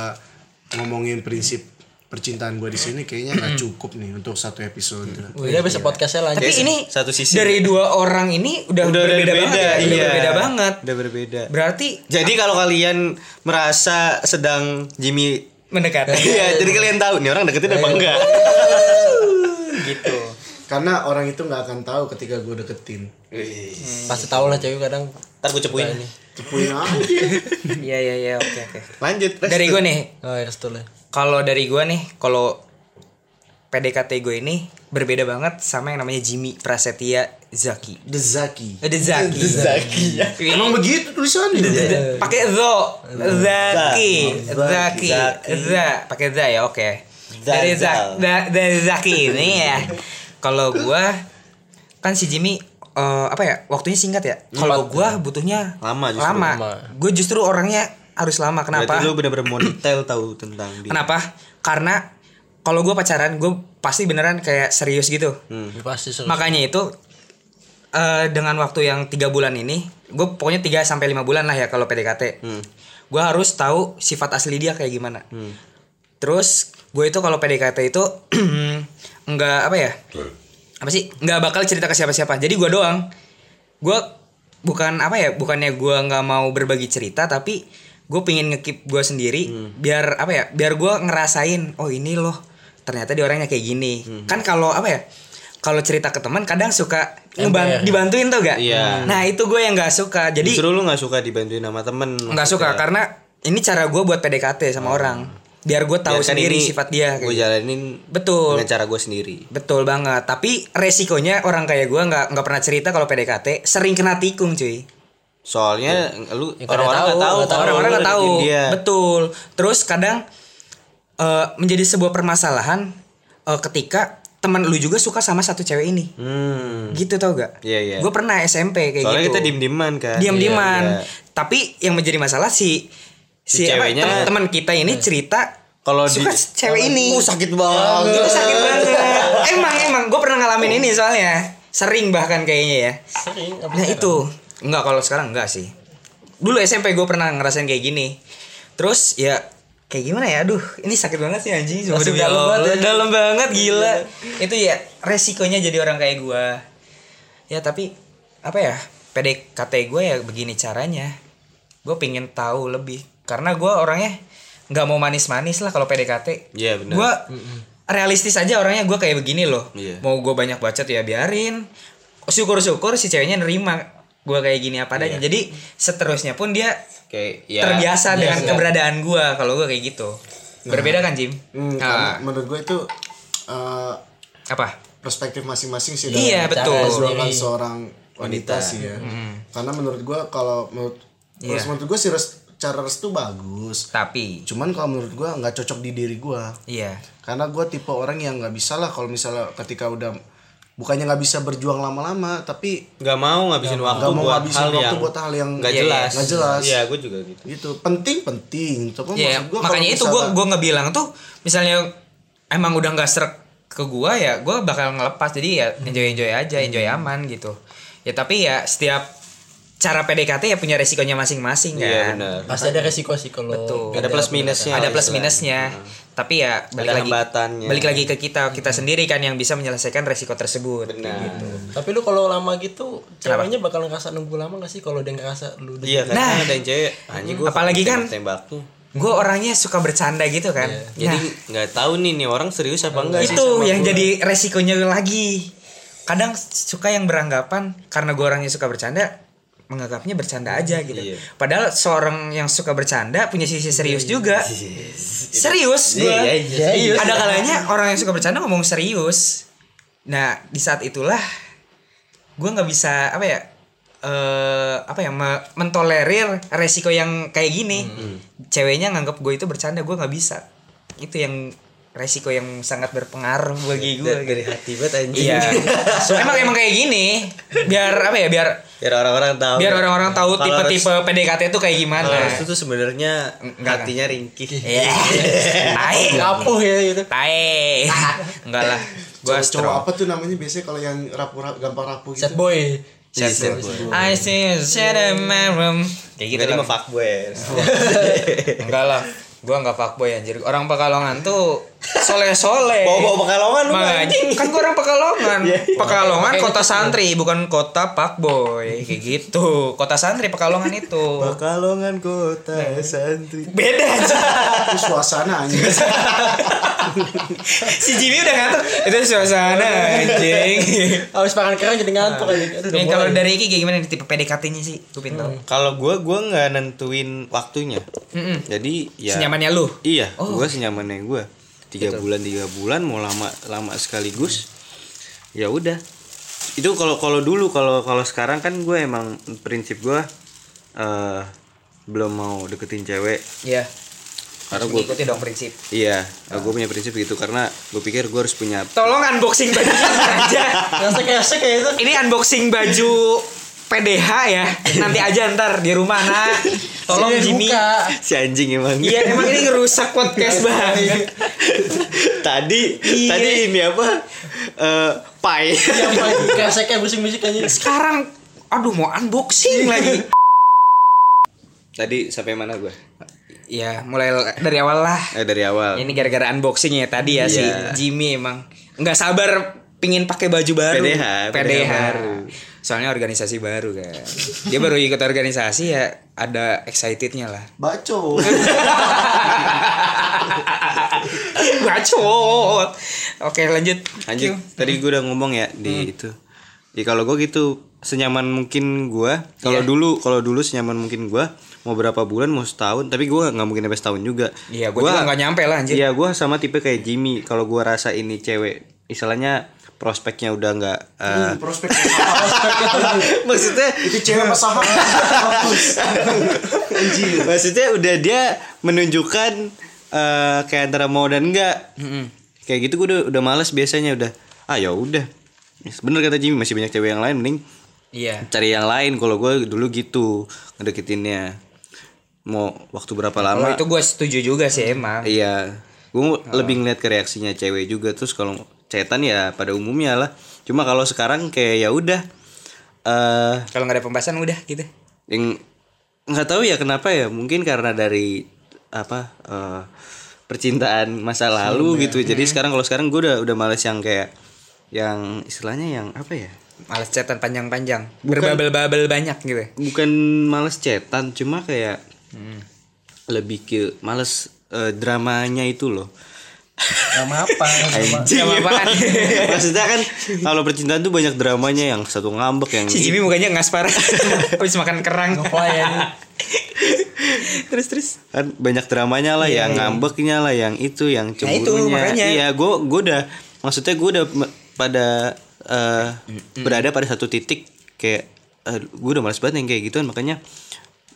C: ngomongin prinsip percintaan gue di sini kayaknya nggak cukup nih untuk satu episode.
D: Dia bisa Iya, podcastnya lanjut.
A: tapi ini
B: satu sisi.
A: dari dua orang ini udah,
B: Udah
A: berbeda,
B: berbeda,
A: banget ya,
B: iya.
A: udah berbeda banget
B: Udah berbeda.
A: berarti
B: Jadi kalau kalian merasa sedang
A: [laughs]
B: Jimmy [laughs]
A: mendekati
B: Iya, jadi kalian tahu nih orang deketin
A: Iya.
B: apa enggak.
A: gitu
C: Karena orang itu nggak akan tahu ketika gue deketin.
D: Pasti tahu lah cewek kadang.
B: Ntar gue cepuin nih.
C: Cepuin aja.
A: iya iya iya oke oke
B: Lanjut.
A: dari gue nih
D: Oh, ya restu lah.
A: kalau dari gue nih kalau PDKT gue ini berbeda banget sama yang namanya Jimmy Prasetya Zaki
C: The Zaki.
A: ada Zaki Iya. Zaki
C: Emang begitu tulisannya.
B: Eh.
A: pakai zo zaki zaki
B: Zaki.
A: za pakai za ya oke
B: Za-
A: dari za
B: Zal.
A: da- dari zaki ini ya kalau gua kan si Jimmy eh, apa ya waktunya singkat ya kalau gua butuhnya
B: Lama justru.
A: lama gue justru orangnya harus lama
B: Berarti
A: kenapa
B: lu bener-bener mau detail tahu tentang dia.
A: kenapa karena kalau gua pacaran gue pasti beneran kayak serius gitu
B: Hmm.
D: Pasti seru.
A: makanya itu eh, dengan waktu yang tiga bulan ini gue pokoknya 3 sampai lima bulan lah ya kalau PDKT
D: Hmm.
A: gue harus tahu sifat asli dia kayak gimana terus gue itu kalau PDKT itu [clears throat] nggak apa ya apa sih nggak bakal cerita ke siapa-siapa jadi gue doang gue bukan apa ya bukannya gue nggak mau berbagi cerita tapi gue pengen ngekip gue sendiri
B: Hmm.
A: biar apa ya biar gue ngerasain oh ini loh ternyata dia orangnya kayak gini
B: Hmm.
A: kan kalau apa ya kalau cerita ke teman kadang suka ngeban- dibantuin tuh gak
B: ya? Iya.
A: nah itu gue yang nggak suka jadi
B: Justru lu nggak suka dibantuin sama temen.
A: nggak suka karena ini cara gue buat PDKT sama
B: Hmm.
A: orang biar gue tahu sendiri sifat dia kayak
B: Gue
A: gitu.
B: kan jalanin
A: betul
B: dengan cara gue sendiri.
A: betul banget tapi resikonya orang kayak gue nggak nggak pernah cerita kalau PDKT sering kena tikung cuy
B: Soalnya
A: Iya.
B: lu orang-orang
D: Ya, kadang
B: nggak tahu,
D: tahu, nggak tahu.
B: kalau
A: orang-orang
B: lu
A: nggak tahu
B: deketin dia.
A: betul terus kadang eh, menjadi sebuah permasalahan eh, ketika teman lu juga suka sama satu cewek ini
B: Hmm.
A: gitu tau gak
B: Iya, iya.
A: gue pernah SMP kayak
B: Soalnya
A: gitu
B: kita diem-dieman kan.
A: diam-diaman.
B: Iya, iya.
A: Tapi yang menjadi masalah si si,
B: Si
A: apa,
B: ceweknya- Iya.
A: teman-teman kita ini cerita
B: Kalau
A: suka
B: di-
A: cewek ini.
B: Oh, sakit banget.
A: Itu sakit banget. emang emang gue pernah ngalamin ini soalnya. Sering bahkan kayaknya ya.
D: Sering. apa
A: Nah
D: sekarang?
A: itu Enggak kalau sekarang enggak sih Dulu SMP gue pernah ngerasain kayak gini Terus ya kayak gimana ya aduh ini sakit banget sih anjing sumpah
D: Langsung
A: demi
D: dalam
A: Allah.
D: banget Iya. ya.
A: dalam banget gila itu ya resikonya jadi orang kayak gua ya tapi apa ya PDKT gue ya begini caranya gue pingin tahu lebih karena gua orangnya nggak mau manis-manis lah kalau PDKT
B: Iya, benar.
A: Gua realistis aja orangnya gue kayak begini loh
B: Iya.
A: mau gue banyak bacot ya biarin syukur-syukur si ceweknya nerima gue kayak gini apa adanya jadi seterusnya pun dia
B: kayak Iya. ya
A: terbiasa
B: biasa. Nah.
A: dengan keberadaan gua kalau gua kayak gitu berbeda kan Jim
C: Hmm,
A: Ah,
C: karena menurut gue itu eh,
A: apa
C: perspektif masing-masing sih
A: Iya,
C: dalam
A: betul.
C: perjuangan seorang wanita sih ya karena menurut gue kalau menurut terus menurut gue sih res- cara restu bagus
A: tapi
C: cuman kalau menurut gue nggak cocok di diri gue
A: iya
C: karena gue tipe orang yang nggak bisa lah kalau misalnya ketika udah bukannya nggak bisa berjuang lama-lama tapi
B: nggak mau ngabisin waktu
C: nggak mau
B: buat
C: ngabisin
B: hal
C: waktu
B: yang
C: buat hal yang
B: nggak
A: Iya,
B: jelas
C: nggak jelas.
B: iya gue juga gitu
C: gitu penting penting tapi
B: Oh,
A: Iya,
C: maksud gue kalau
A: makanya itu gua
C: misalnya-
A: gua ngebilang tuh misalnya emang udah nggak serak ke gua ya gua bakal ngelepas jadi ya enjoy enjoy aja enjoy aman gitu ya tapi ya setiap cara PDKT ya punya resikonya masing-masing
B: iya
A: kan
B: benar
D: Pasti ada resiko sih kalau
A: Betul.
B: ada plus minusnya gitu
A: ada
B: lah
A: plus
B: istilahnya.
A: minusnya tapi ya balik
B: Ada
A: lagi
B: hambatannya.
A: balik lagi ke kita kita sendiri kan yang bisa menyelesaikan resiko tersebut
B: Benar.
A: gitu.
D: Tapi lu kalau lama gitu, ceweknya bakal ngerasa nunggu lama gak sih kalau dia ngerasa lu udah
B: iya kan
A: Nah.
B: ada yang cewek anjing gue
A: Apalagi kan-
B: tembaknya
A: gue orangnya suka bercanda gitu kan Nah,
B: Iya. jadi nggak tahu nih nih orang serius apa enggak sih
A: itu ya.
B: sama
A: yang
B: gua.
A: jadi resikonya lagi kadang suka yang beranggapan karena gue orangnya suka bercanda menganggapnya bercanda aja gitu
B: Iya.
A: padahal seorang yang suka bercanda punya sisi serius juga serius gue
B: Iya, iya, serius.
A: ada kalanya orang yang suka bercanda ngomong serius nah di saat itulah gue nggak bisa apa ya eh apa ya me- mentolerir resiko yang kayak gini
B: Hmm.
A: ceweknya nganggap gue itu bercanda gue nggak bisa itu yang resiko yang sangat berpengaruh bagi gue
B: dari, dari hati banget anjing [laughs]
A: iya So, emang emang kayak gini biar apa ya biar
B: biar orang-orang tahu
A: biar orang-orang tahu
B: Kalau
A: tipe-tipe PDKT itu kayak
B: Restu-
A: gimana
B: kalau restu Kan tuh sebenarnya
A: Eh. Enggak.
B: hatinya ringkih
A: Iya. [laughs] tai
D: Kapuh ya gitu.
A: tai enggak lah gue
C: cowok apa tuh namanya biasanya kalau yang rapuh-rapuh gampang rapuh gitu
D: Sad boy.
B: Iya,
A: Set
B: set boy.
A: I see you sit in my room. Kayak gitu
B: jadi
A: lah.
B: mah fuckboy
A: Oh. Enggak lah. Gua enggak fuckboy anjir. Orang Pekalongan tuh soleh-soleh.
B: [laughs] bawa-bawa pekalongan lu
A: Makanya-
B: anjing Iya,
A: kan gua orang Pekalongan. Pekalongan kota
B: gitu.
A: santri bukan kota fuckboy kayak gitu. Kota santri Pekalongan itu.
B: pekalongan kota santri
A: Beda aja.
C: Nah. itu suasana anjing
B: [laughs]
A: si Jimmy udah ngantuk. Itu suasana anjing.
D: Habis makan kerang jadi ngantuk aja. Aduh, udah
A: Yang kalau
D: mulai.
A: dari Iki kayak gimana nih tipe PDKT-nya sih? Gue pengen tahu.
B: kalau gua gua nggak nentuin waktunya
A: Mm-mm.
B: jadi ya
A: Hmm, Senyamannya lu.
B: Iya,
A: Oh.
B: gue senyamannya gue. Tiga bulan tiga bulan mau lama lama sekaligus. Ya udah. Itu kalau kalau dulu kalau kalau sekarang kan gue emang prinsip gue eh belum mau deketin cewek
A: Iya.
B: karena gue
A: Ikuti dong prinsip.
B: iya gue punya prinsip gitu karena gue pikir gue harus punya
A: Tolong unboxing bajunya aja.
D: Ngesek-ngesek kayak ya itu.
A: Ini unboxing baju PDH ya. Nanti aja ntar di rumah nak. Tolong
D: Sini
A: Jimmy.
D: buka.
B: [laughs] si anjing emang
A: Iya emang ini ngerusak podcast banget.
B: [laughs] tadi
A: Iya.
B: tadi ini apa eh pai
D: Yang paling ngeseknya musik-musik aja.
A: Sekarang aduh mau unboxing lagi.
B: [laughs] tadi sampai mana gue
A: Ya mulai dari awal lah.
B: eh, dari awal
A: Ini gara-gara unboxing ya tadi ya si
B: Iya.
A: Jimmy emang nggak sabar pingin pakai baju baru.
B: PDH,
A: PDH.
B: baru.
A: Soalnya organisasi baru kan. Dia baru ikut organisasi ya ada excitednya lah.
C: baco
A: [laughs] Bacot. Oke lanjut.
B: Anjir,
A: Iya.
B: tadi gue udah ngomong ya
A: Hmm.
B: di itu. Ya kalau gue gitu senyaman mungkin gue. Kalau
A: Iya.
B: dulu kalau dulu senyaman mungkin gue mau berapa bulan mau setahun, tapi gue nggak mungkin sampai setahun juga.
A: Iya, gua juga nggak nyampe lah, anjir.
B: Iya, gue sama tipe kayak Jimmy. Kalau gue rasa ini cewek, istilahnya prospeknya udah nggak.
A: [laughs]
B: eh,
C: Hmm, prospek usaha.
B: maksudnya
C: [laughs] itu cewek apa saham
B: [laughs]
C: bagus anjir
B: maksudnya udah dia menunjukkan eh, kayak antara mau dan enggak kayak gitu gue udah udah males biasanya udah ah ya udah bener kata Jimmy masih banyak cewek yang lain mending
A: Iya.
B: cari yang lain kalau gue dulu gitu ngedeketinnya mau waktu berapa
A: Kalau
B: lama
A: itu kan. gue setuju juga sih emang.
B: iya gue lebih ngeliat ke reaksinya cewek juga terus kalau cetan ya pada umumnya lah cuma kalau sekarang kayak ya udah eh
A: Kalau nggak ada pembahasan udah gitu.
B: yang nggak tahu ya kenapa ya mungkin karena dari apa eh, percintaan masa lalu gitu jadi sekarang kalau sekarang gue udah udah males yang kayak yang istilahnya yang apa ya
A: Males chatan panjang-panjang. Berbabel-babel banyak gitu. ya.
B: bukan males cetan cuma kayak lebih ke males eh, dramanya itu loh [laughs]
D: Nama apa?
B: Anjing.
A: Drama apaan?
B: Maksudnya kan kalau percintaan tuh banyak dramanya yang satu ngambek yang
A: Si Jimmy mukanya ngaspar. Habis makan kerang.
D: Ngeplay ya.
A: [laughs] terus terus.
B: kan banyak dramanya lah yang ngambeknya lah yang itu yang
A: Iya, Nah, itu,
B: cemburunya
A: makanya.
B: iya gue gue udah maksudnya gue udah me- pada eh, berada pada satu titik kayak gue udah males banget yang kayak gituan makanya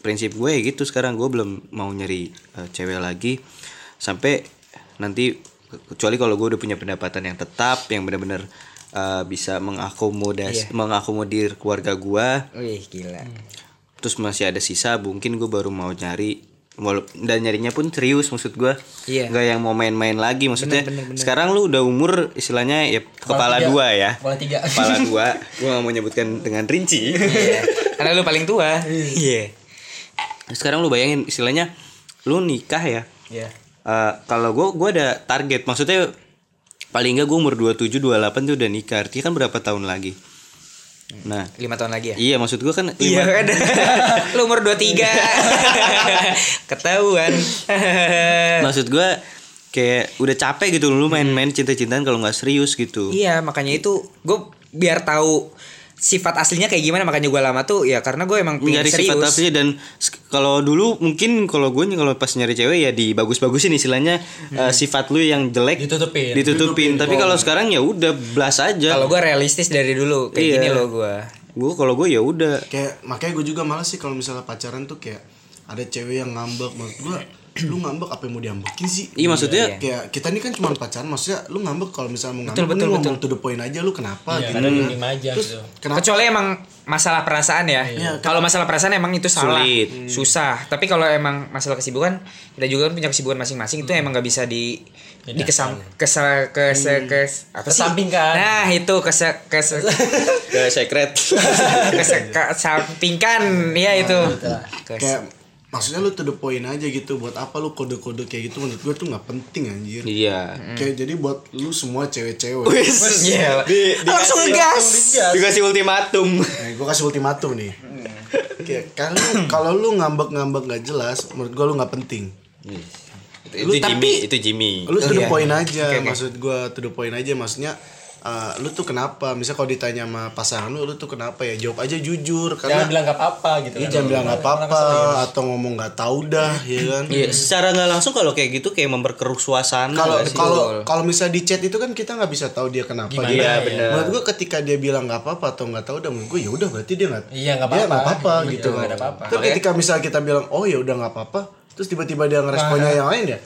B: prinsip gue ya gitu sekarang gue belum mau nyari eh, cewek lagi sampai nanti kecuali kalau gue udah punya pendapatan yang tetap yang benar-benar eh, bisa mengakomodasi
A: Iya.
B: mengakomodir keluarga gue
A: Wih gila.
B: terus masih ada sisa mungkin gue baru mau nyari Wala- dan nyarinya pun serius maksud gue
A: Iya.
B: nggak yang mau main-main lagi maksudnya sekarang lu udah umur istilahnya ya kepala
D: tiga.
B: dua ya
D: Kepala tiga.
A: [laughs]
B: kepala dua gue nggak mau nyebutkan dengan rinci
A: Iya. Karena lu paling tua. Iya.
B: sekarang lu bayangin istilahnya lu nikah ya
D: Iya.
B: Eh, kalau gue gue ada target maksudnya paling nggak gue umur 27 28 tuh udah nikah artinya kan berapa tahun lagi nah
A: Lima tahun lagi ya.
B: iya maksud gue kan
A: Iya
B: lima-
A: kan
B: [laughs]
A: Lu umur 23 Ketahuan
B: maksud gue kayak udah capek gitu lu main-main cinta-cintaan kalau nggak serius gitu
A: [laughs] Iya makanya itu Gue biar tahu Sifat aslinya kayak gimana Makanya gue lama tuh Ya karena gue emang pengen
B: nyari
A: serius
B: sifat aslinya dan s- kalau dulu mungkin kalau gue nih kalau pas nyari cewek ya dibagus-bagusin istilahnya eh, sifat lu yang jelek
D: Ditutupin.
B: ditutupin. tapi kalau sekarang ya udah blas aja
A: Kalau gue realistis dari dulu Kayak
B: Iya.
A: gini loh gue
B: gue kalau gue ya udah
C: kayak makanya gue juga males sih kalau misalnya pacaran tuh kayak ada cewek yang ngambek maksud gue [clears throat] lu ngambek apa yang mau diambekin sih
B: iya maksudnya
C: kayak kita ini kan cuma pacaran maksudnya lu ngambek kalau misalnya mau ngambek
A: Betul, betul,
C: lu ngomong to the point aja lu kenapa gitu
D: Iya, kadang diem aja
C: terus
D: gitu.
C: kenapa
A: Kecuali emang masalah perasaan ya Kalau masalah perasaan emang itu salah Hmm.
B: Sulit.
A: Susah Tapi kalau emang masalah kesibukan Kita juga kan punya kesibukan masing-masing Itu emang gak bisa di dikesam kesal kese kes apa sih?
D: Kesampingkan.
A: nah itu kese kese
B: ya secret
A: [laughs] Kese- kesampingkan ya itu Kes-
C: kayak maksudnya lu to the point aja gitu buat apa lu kode-kode kayak gitu menurut gue tuh nggak penting anjir
B: [laughs] iya
C: kayak jadi buat lu semua cewek-cewek
A: Iya.
B: Di-
A: langsung ngegas
B: dikasih ultimatum
C: Nah, gue kasih ultimatum nih. Kayak kan lu- kalau lu ngambek-ngambek nggak jelas, menurut gue lu nggak penting.
B: itu Jimmy
C: tapi-
B: itu Jimmy
C: Lu to the
A: Iya.
C: point aja,
A: Oke, oke.
C: maksud gue to the point aja, maksudnya eh, lu tuh kenapa? Misal kalau ditanya sama pasangan lu, lu tuh kenapa ya? Jawab aja jujur,
D: Jangan
C: karena
D: bilang gak apa-apa gitu.
C: Iya,
D: kan.
C: jangan bilang nggak
D: Orang- orang
C: apa-apa
D: kesel ya.
C: atau ngomong nggak tahu dah, ya kan?
B: Iya, secara nggak langsung kalau kayak gitu kayak memperkeruh suasana.
C: Kalau
B: nggak sih?
C: kalau kalau misalnya di chat itu kan kita nggak bisa tahu dia kenapa.
D: Gimana,
C: dia.
D: iya.
C: Menurut gue ketika dia bilang nggak apa-apa atau nggak tahu, udah menurut gue ya udah berarti dia nggak
D: Iya,
C: dia
D: nggak apa-apa.
C: nggak apa-apa
D: Iya,
C: gitu.
D: nggak ada apa-apa.
C: Tapi ketika misalnya kita bilang oh ya udah nggak apa-apa, terus tiba-tiba dia ngeresponnya yang lain ya,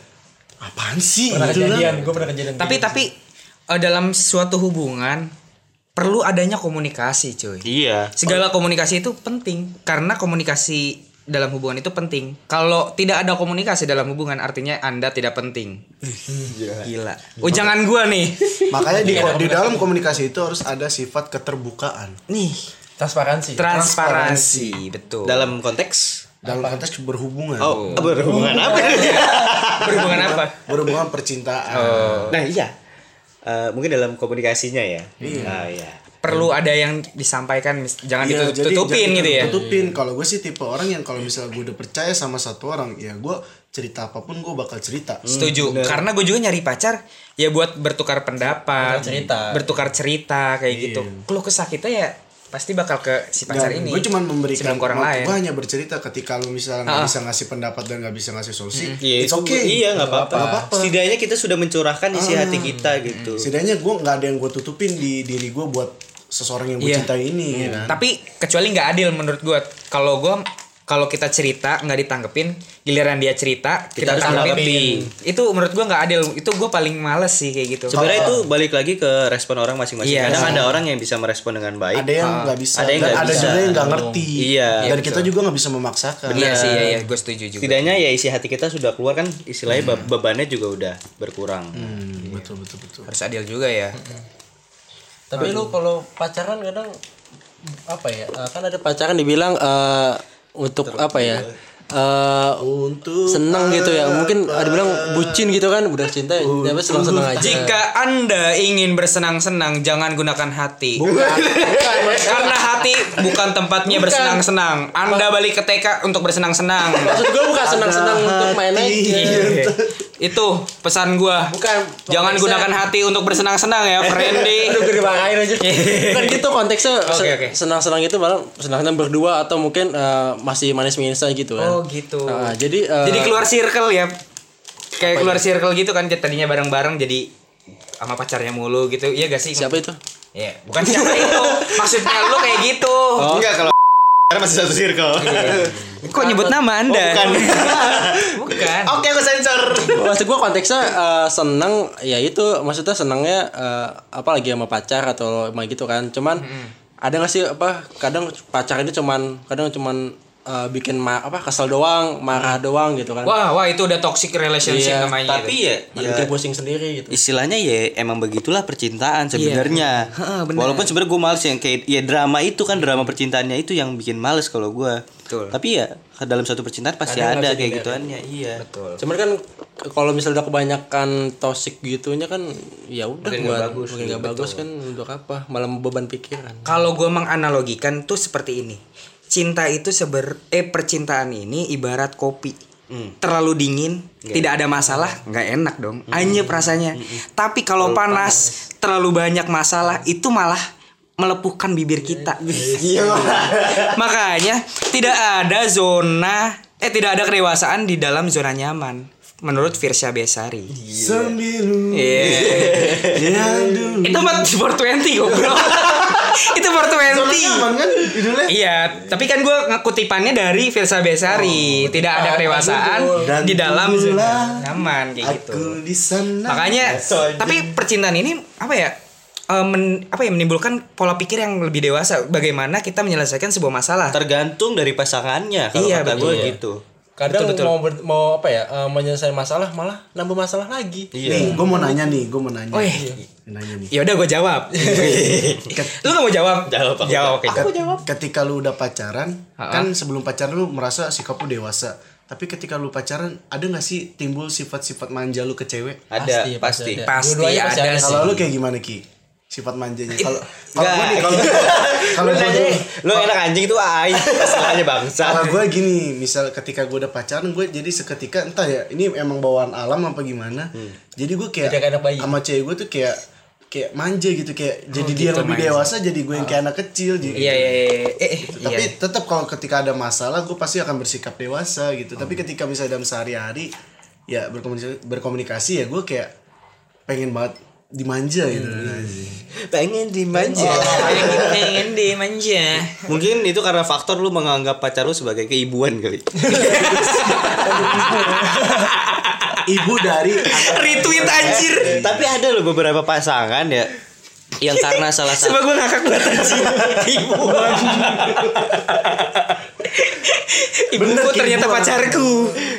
C: apaan sih?
D: Nah. Pernah
C: Gitu lah.
D: kejadian, gue pernah kejadian. gitu.
A: tapi tapi eh, dalam suatu hubungan perlu adanya komunikasi cuy
B: Iya.
A: segala komunikasi itu penting karena komunikasi dalam hubungan itu penting kalau tidak ada komunikasi dalam hubungan artinya anda tidak penting gila ujangan gua nih
C: Makanya
A: Iya,
C: di di dalam komunikasi itu harus ada sifat keterbukaan
A: nih
D: transparansi.
A: transparansi betul
B: Dalam konteks
C: dalam konteks berhubungan.
B: Oh, berhubungan apa?
A: berhubungan apa
C: Berhubungan percintaan.
A: Oh.
B: Nah, iya. Eh, mungkin dalam komunikasinya ya. Ah, iya.
A: perlu ada yang disampaikan mis- jangan
C: Iya, jadi-
A: ditutupin
C: jadi
A: Nah, gitu ya
C: Tutupin. Kalau gue sih tipe orang yang kalau misalnya gue udah percaya sama satu orang, ya gue cerita apapun gue bakal cerita.
A: Hmm, setuju karena gue juga nyari pacar ya buat bertukar pendapat
D: Bertukar cerita.
A: bertukar cerita kayak gitu keluh kesah kita ya pasti bakal ke si pacar ini
C: Gue cuma memberikan
A: sebelum ke orang lain
C: Gue hanya bercerita ketika lu misalnya nggak
A: Ah. Hmm.
C: bisa ngasih pendapat dan nggak bisa ngasih solusi.
B: Iya,
C: It's
B: itu-
C: okay.
B: Iya, nggak apa-apa.
C: Nggak apa-apa.
B: Setidaknya kita sudah mencurahkan isi hati kita gitu.
C: Setidaknya gue nggak ada yang gue tutupin di diri gue buat seseorang yang gue
A: Iya.
C: cintai ini. ya kan?
A: tapi kecuali nggak adil menurut gue kalau gue kalau kita cerita nggak ditanggepin giliran dia cerita kita,
B: harus
A: tanggepin
B: nanggepin.
A: itu menurut gue nggak adil itu gue paling males sih kayak gitu
B: Sebenarnya itu balik lagi ke respon orang masing-masing.
A: Iya.
B: Kadang ada orang yang bisa merespon dengan baik.
C: Ada yang nggak bisa,
B: Ada yang
C: dan
B: nggak
C: ada
B: bisa.
C: juga yang nggak ngerti.
B: Iya,
C: Dan kita juga nggak bisa memaksakan.
A: iya sih iya, iya gue setuju juga
B: Setidaknya ya isi hati kita sudah keluar kan istilahnya be- bebannya juga udah berkurang.
C: Hmm, betul betul betul.
A: harus adil juga ya
D: Tapi lu kalau pacaran kadang apa ya? eh, Kan ada pacaran dibilang eh, untuk apa ya? eh,
C: Untuk
D: seneng gitu ya mungkin ada bilang bucin gitu kan udah cinta ya tapi seneng seneng aja
A: Jika Anda ingin bersenang-senang, jangan gunakan hati. Karena hati bukan tempatnya bersenang-senang. Anda balik ke TK untuk bersenang-senang.
D: maksud gue bukan seneng seneng untuk main aja
A: Itu pesan gua.
D: Bukan,
A: Jangan
D: konteksnya-
A: gunakan hati untuk bersenang-senang ya, Friendy.
D: Aduh gue dibangkain aja Bukan gitu konteksnya
A: Oke, oke.
D: Senang-senang itu malah Senang-senang berdua Atau mungkin eh, Masih manis minisan gitu kan
A: Oh, gitu.
D: Ah, Jadi eh,
A: Jadi keluar circle ya. Kayak keluar circle gitu kan tadinya bareng-bareng jadi sama pacarnya mulu gitu. Iya gak sih?
D: Siapa itu?
A: Ya, bukan siapa itu. Maksudnya lu kayak gitu.
D: Oh.
B: Enggak kalau karena masih satu circle. [laughs]
A: Kok nyebut nama Anda?
B: bukan.
A: [laughs] bukan.
B: Oke, aku sensor.
D: Maksud gue konteksnya eh, Seneng Ya itu Maksudnya senengnya eh, Apa lagi sama pacar Atau sama gitu kan Cuman Ada gak sih apa Kadang pacar ini cuman Kadang cuman eh, Bikin ma- apa kesel doang Marah doang gitu kan
A: Wah, wah itu udah toxic relationship
D: Iya,
A: namanya.
B: Tapi
A: itu.
B: ya,
D: Malah
B: ya
D: bikin pusing sendiri gitu
B: istilahnya ya emang begitulah percintaan sebenarnya.
A: Iya. [laughs] Heeh, bener.
B: Walaupun sebenarnya gue males yang kayak ya drama itu kan drama percintaannya itu yang bikin males kalau gue. Tapi ya dalam satu percintaan pasti ada
D: Kadang nggak bisa
B: kayak
D: dihindari.
B: gituannya. Iya. Betul.
D: Cuman kan kalau misalnya udah kebanyakan toxic gitunya kan ya udah
A: Makin
D: buat
A: nggak bagus,
D: makin
A: iya,
D: nggak bagus kan untuk apa? Malah beban pikiran.
A: Kalau gue menganalogikan tuh seperti ini. Cinta itu seber eh percintaan ini ibarat kopi. Terlalu dingin, tidak ada masalah, nggak enak dong. Anyep rasanya. Tapi kalau panas, terlalu banyak masalah, itu malah melepuhkan bibir kita. [laughs] Makanya tidak ada zona eh tidak ada kedewasaan di dalam zona nyaman menurut Virsya Besari.
C: Sembilu
A: Iya.
C: yang dulu.
A: Itu mah 420 goblok. itu 420.
C: Aman kan judulnya?
A: Iya, tapi kan gue ngekutipannya dari Virsa Besari. Tidak ada kedewasaan
C: Dan
A: di dalam
C: itulah
A: zona nyaman kayak gitu.
C: Aku di sana.
A: Makanya
B: Soalnya.
A: tapi percintaan ini apa ya? eh, men- apa ya menimbulkan pola pikir yang lebih dewasa bagaimana kita menyelesaikan sebuah masalah.
B: Tergantung dari pasangannya kalau
A: Iya,
B: kata
A: betul.
B: gue
A: Iya.
B: gitu.
D: Kadang
A: Betul, betul.
D: mau ber- mau apa ya? eh, menyelesaikan masalah malah nambah masalah lagi.
C: Nih, gue mau nanya nih, gue mau nanya.
A: Wih.
C: Mau Nanya nih.
A: Ya udah gue jawab. lu gak mau jawab?
B: Jawab, aku
A: Jawab oke.
C: Ket- Ketika lu udah pacaran, kan sebelum pacaran lu merasa sikap lu dewasa. Tapi ketika lu pacaran, ada nggak sih timbul sifat-sifat manja lu ke cewek?
B: Ada pasti.
D: ada.
A: Pasti
D: Dua-duanya pasti
A: ada
D: ada
A: sih.
D: sih.
C: Kalau lu kayak gimana Ki? Sifat manjanya. Kalau kalau
B: Nggak.
C: gue nih, kalau kalau
B: Lu
C: gue
B: nanya,
C: dulu-
B: lu enak anjing itu
A: [laughs]
B: ai. Masalahnya bangsa.
C: Kalau gue gini, misal ketika gue udah pacaran, gue jadi seketika entah ya, ini emang bawaan alam apa gimana.
A: Hmm.
C: Jadi gue kayak
D: Jadi kayak anak bayi.
C: sama cewek gue tuh kayak kayak manja gitu kayak jadi dia
A: gitu,
C: lebih
A: manja.
C: dewasa jadi gue yang kayak anak kecil jadi
A: Iya iya iya. Eh, eh,
C: tapi
A: iya.
C: tetap kalau ketika ada masalah gue pasti akan bersikap dewasa gitu
A: Oh.
C: tapi ketika misalnya dalam sehari-hari ya berkomunikasi, berkomunikasi ya gue kayak pengen banget dimanja gitu
A: Hmm.
B: Pengen dimanja.
A: Pengen pengen dimanja.
B: Iya. Mungkin itu karena faktor lu menganggap pacar lu sebagai keibuan kali.
C: Nah, ibu dari
A: [laughs]
C: anak-
A: [laughs] Retweet anjir.
B: Tapi ada loh beberapa pasangan ya yang karena
A: [laughs]
B: salah satu
A: Coba gue ngakak banget anjir. Ibuan. Ibuku
C: keibuan.
A: ternyata pacarku.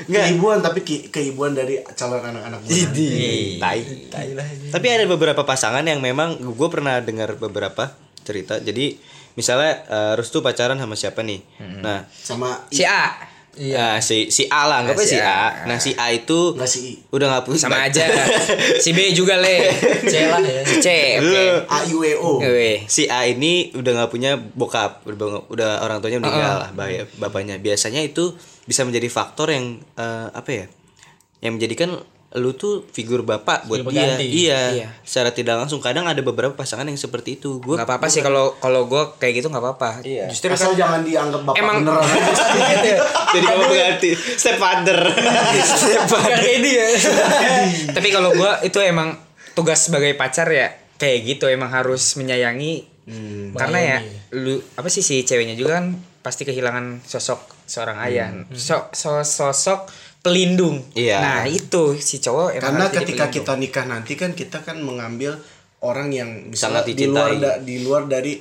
C: keibuan tapi ki- keibuan dari calon anak-anak gue
B: Tai. Iya, Tapi ada beberapa pasangan yang memang gue pernah dengar beberapa cerita. Jadi misalnya eh, Restu pacaran sama siapa nih? Nah,
C: sama
A: Si A.
B: ya si si A lah, anggapnya
A: si
B: si A.
A: A.
B: Nah, si A itu
C: Nggak si I.
B: udah ngapus
A: Sama aja. Si B juga le.
D: C lah ya.
A: Si C. Oke.
B: Lu-
C: A I W O
A: Weh.
B: [laughs] si A ini udah nggak punya bokap udah, udah orang tuanya meninggal lah bay- bapaknya biasanya itu bisa menjadi faktor yang eh, apa ya yang menjadikan lu tuh figur bapak buat
D: Figur
B: dia
D: pengganti.
B: iya,
A: Iya.
B: secara tidak langsung kadang ada beberapa pasangan yang seperti itu gue
A: Gak apa-apa sih kalau kalau gue kayak gitu gak apa-apa.
B: Iya.
A: Justru kan
C: asal jangan dianggap bapak
A: Emang- Iya,
C: beneran
A: [laughs]
B: jadi kamu pengganti stepfather
D: Bukan kayak dia.
C: ya.
A: [laughs] tapi kalau gue itu emang tugas sebagai pacar ya kayak gitu emang harus menyayangi
B: Hmm.
A: karena ya lu apa sih si ceweknya juga kan pasti kehilangan sosok seorang ayah so, so- sosok pelindung
B: Hmm. Iya.
A: nah itu si cowok emang
C: karena
A: harus jadi
C: ketika
A: pelindung.
C: kita nikah nanti kan kita kan mengambil orang yang misalnya
B: Sangat
C: di luar
B: dicintai.
C: da- di luar dari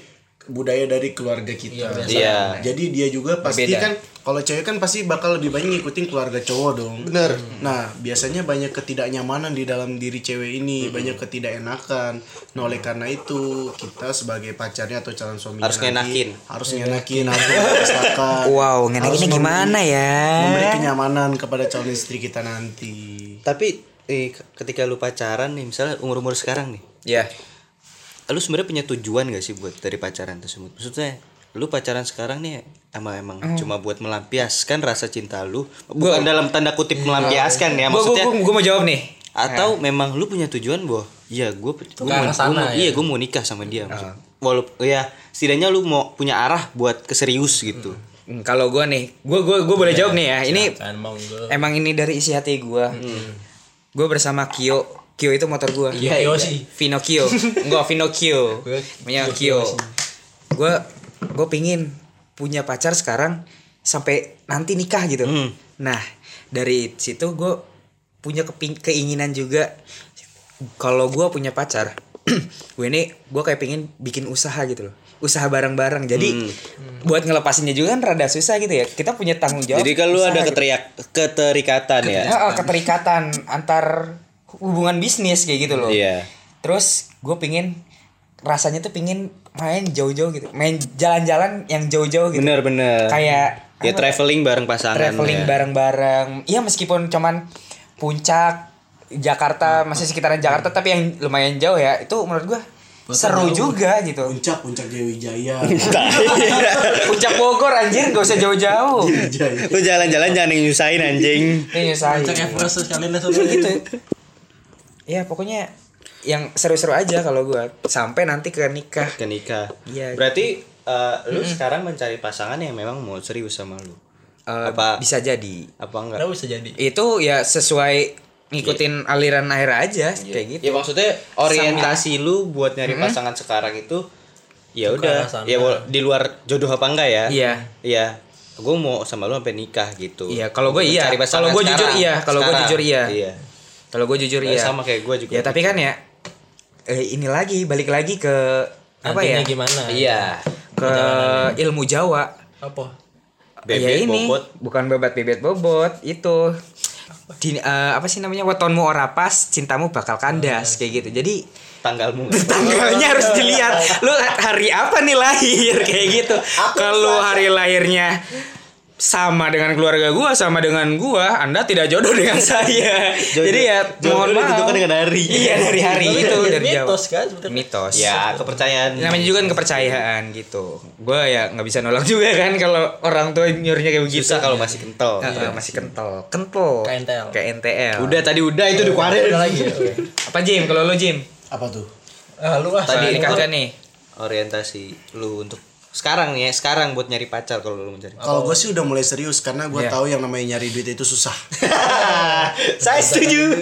C: budaya dari keluarga kita.
D: Iya,
B: Iya.
C: Jadi dia juga pasti
A: Berbeda.
C: kan kalau cewek kan pasti bakal lebih banyak ngikutin keluarga cowok dong. Bener. Nah, biasanya banyak ketidaknyamanan di dalam diri cewek ini, banyak ketidakenakan. Nah, oleh karena itu kita sebagai pacarnya atau calon suaminya
B: Harus
C: nanti
B: ngenakin.
C: harus ngenakin, harus merasakan.
A: Iya. Wow, ngenakinnya
C: Harus mem-
A: gimana ya?
C: Memberi kenyamanan kepada calon istri kita nanti.
B: Tapi eh, k- ketika lu pacaran nih, misalnya umur-umur sekarang nih,
A: Ya.
B: lu sebenarnya punya tujuan gak sih buat dari pacaran tersebut? Maksudnya lu pacaran sekarang nih emang emang cuma buat melampiaskan rasa cinta lu, bukan dalam tanda kutip melampiaskan ya
A: Gue
B: maksudnya.
A: mau jawab nih.
B: Atau memang lu punya tujuan bahwa iya gue gue
D: arah sana ya?
B: iya gue mau nikah sama dia. Walaupun ya setidaknya lu mau punya arah buat keserius gitu.
A: Hmm, Kalau gue nih, gue gue gue
B: Iya.
A: boleh jawab nih ya. Ini
D: kan mau gue
A: emang ini dari isi hati gue. Gue bersama Kyo. Kyo itu motor gue.
D: Iya, Kyo sih.
A: Vino Kyo. Enggak, Vino Kyo.
D: Gua
A: Punya
D: Kyo
A: Kyo. Gue gue pingin punya pacar sekarang sampai nanti nikah gitu. Nah dari situ gue punya keping- keinginan juga kalau gue punya pacar [clears throat] gue ini gue kayak pengen bikin usaha gitu loh usaha bareng-bareng jadi buat ngelepasinnya juga kan rada susah gitu ya kita punya tanggung jawab
B: Jadi kalau lu
A: usaha
B: ada
A: gitu.
B: keteriak keterikatan ya.
A: Heeh, keterikatan antar hubungan bisnis kayak gitu loh.
B: Iya.
A: Terus gue pingin rasanya tuh pingin main jauh-jauh gitu, main jalan-jalan yang jauh-jauh gitu.
B: Bener-bener.
A: Kayak
B: ya
A: apa,
B: traveling bareng pasangan
A: traveling
B: ya.
A: bareng-bareng. Iya meskipun cuman puncak Jakarta masih sekitaran Jakarta tapi yang lumayan jauh ya itu menurut gue seru juga gitu
C: Puncak puncak Jaya Wijaya.
A: puncak Bogor anjir gak usah jauh-jauh Iya,
C: Wijaya.
B: lu jalan-jalan jangan yang nyusahin anjing
A: ini nyusahin
D: cek Everest terus kalian langsung gitu
A: ya pokoknya yang seru-seru aja kalau gua sampai nanti ke nikah
B: ke nikah
A: Iya.
B: berarti eh, lu sekarang mencari pasangan yang memang mau serius sama lu
A: Eh,
B: Apa-
A: bisa jadi
B: apa enggak
D: Kenapa bisa jadi
A: itu ya sesuai
B: Iya.
A: ngikutin aliran air aja kayak gitu
B: ya maksudnya orientasi lu buat nyari pasangan sekarang itu ya
D: arah
B: udah
D: sana.
B: ya wal- di luar jodoh apa enggak ya
A: Iya.
B: iya gue mau sama lu sampai nikah gitu
A: Iya, kalau gua iya.
B: Mencari pasangan
A: Kalau gua jujur
B: sekarang.
A: iya, kalau gua
B: Sekarang.
A: jujur iya.
B: iya
A: kalau gue jujur
B: Eh,
A: ya
B: sama kayak gua juga
A: ya
B: gitu.
A: tapi kan ya eh, ini lagi balik lagi ke apa ya
D: Nantinya gimana
B: iya
A: ke ilmu Jawa
D: apa
A: ya
B: bebek
A: ini
B: bobot
A: bukan bebat bebet bobot itu Di- eh, apa sih namanya wetonmu ora pas cintamu bakal
B: Ah,
A: kandas kayak
B: iya.
A: gitu jadi
B: tanggalmu
A: [laughs] tanggalnya harus dilihat lu hari apa nih lahir [laughs] kayak gitu kalau hari lahirnya sama dengan keluarga gua sama dengan gua anda tidak jodoh
B: [laughs]
A: dengan saya jadi ya
B: jodoh
A: mohon
B: ditentukan
A: maaf
B: dengan hari.
A: iya dari hari itu dari Jawa.
D: mitos kan sebenarnya
A: mitos
B: ya kepercayaan
A: namanya juga kan kepercayaan gitu gua ya nggak bisa nolak juga kan kalau orang tua nyuruhnya kayak begitu
B: Susah gitu kalau masih kental.
A: Eh, eh, masih kental kental
D: KNTL.
A: KNTL.
B: Udah tadi udah itu dikuarin.
D: Ada lagi ya?
A: apa Jim kalau lu Jim
C: Apa tuh?
D: ah lu ah
A: tadi
B: Tadi-
A: kakak nih
B: Orientasi lu untuk sekarang nih ya, sekarang buat nyari pacar kalau lu mencari.
C: Kalau gue sih udah mulai serius karena gue
A: Iya.
C: tahu yang namanya nyari duit itu susah.
B: [laughs]
C: [laughs]
B: Saya setuju.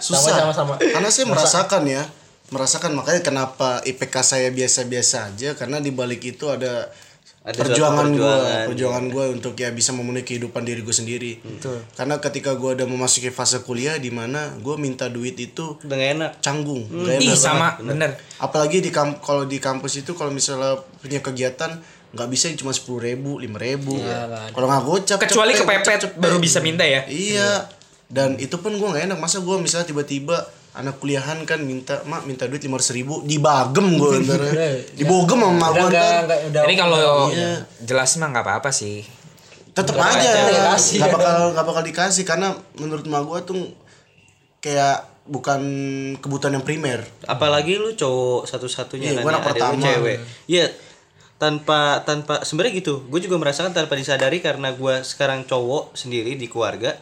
C: Susah.
D: Sama, sama, sama.
C: Karena saya merasakan ya, merasakan makanya kenapa IPK saya biasa-biasa aja karena di balik itu ada,
B: Ada suatu
C: perjuangan gue,
B: perjuangan.
C: perjuangan gue untuk ya bisa memenuhi kehidupan diri gue sendiri. Karena ketika gue udah memasuki fase kuliah di mana gue minta duit itu
B: Udah gak enak.
C: canggung, gak enak
A: ih
C: banget.
A: sama bener.
C: apalagi di kamp kalau di kampus itu kalau misalnya punya kegiatan nggak bisa yang cuma sepuluh ribu lima ribu kalau nggak gocap
A: kecuali
C: cepet,
A: kepepet
C: cepet, cepet.
A: baru bisa minta ya
C: iya dan itu pun gue nggak enak masa gue misalnya tiba-tiba anak kuliahan kan minta mak minta duit lima ribu dibagem gue ntar ya. dibogem sama mak
D: udah
C: gue ntar
D: enggak enggak udah
A: Tapi kalau
B: iya.
A: jelas mah nggak apa-apa sih.
C: tetep aja
D: aja nggak dikasih.
C: nggak bakal nggak bakal dikasih karena menurut mak gue tuh kayak bukan kebutuhan yang primer
B: Apalagi lu cowok satu-satunya
C: Iya,
B: kan
C: gua
B: ya,
C: anak
B: adik lu
C: pertama.
B: cewek. Iya. Tanpa tanpa sebenarnya gitu. Gue juga merasakan tanpa disadari karena gua sekarang cowok sendiri di keluarga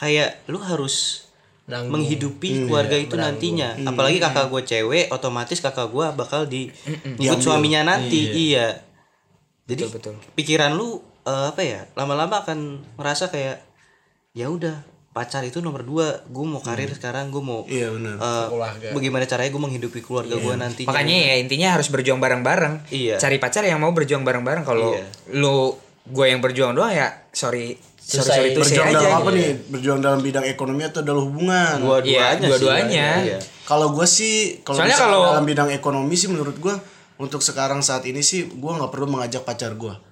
B: kayak lu harus
D: Nanggung.
C: Iya,
B: menghidupi keluarga itu nantinya apalagi kakak gue cewek otomatis kakak gue bakal di ikut suaminya nanti iya jadi pikiran lu eh, apa ya lama-lama akan merasa kayak ya udah pacar itu nomor dua gue mau karir sekarang gue mau
C: Iya, benar.
B: eh, bagaimana caranya gue menghidupi keluarga gue nanti
A: Makanya ya intinya harus berjuang bareng-bareng.
B: Iya.
A: Cari pacar yang mau berjuang bareng-bareng kalau
B: Iya.
A: lu gue yang berjuang doang ya sorry sorry
D: Susah
A: sorry
D: ya.
A: to say
C: berjuang
A: aja.
C: dalam apa
A: gitu.
C: nih berjuang dalam bidang ekonomi atau dalam hubungan
A: Iya,
B: dua-duanya sih,
A: dua-duanya.
B: iya.
C: Kalau gue sih, kalau
A: Soalnya
C: misalnya
A: kalau-
C: dalam bidang ekonomi sih menurut gue untuk sekarang saat ini sih gue nggak perlu mengajak pacar gue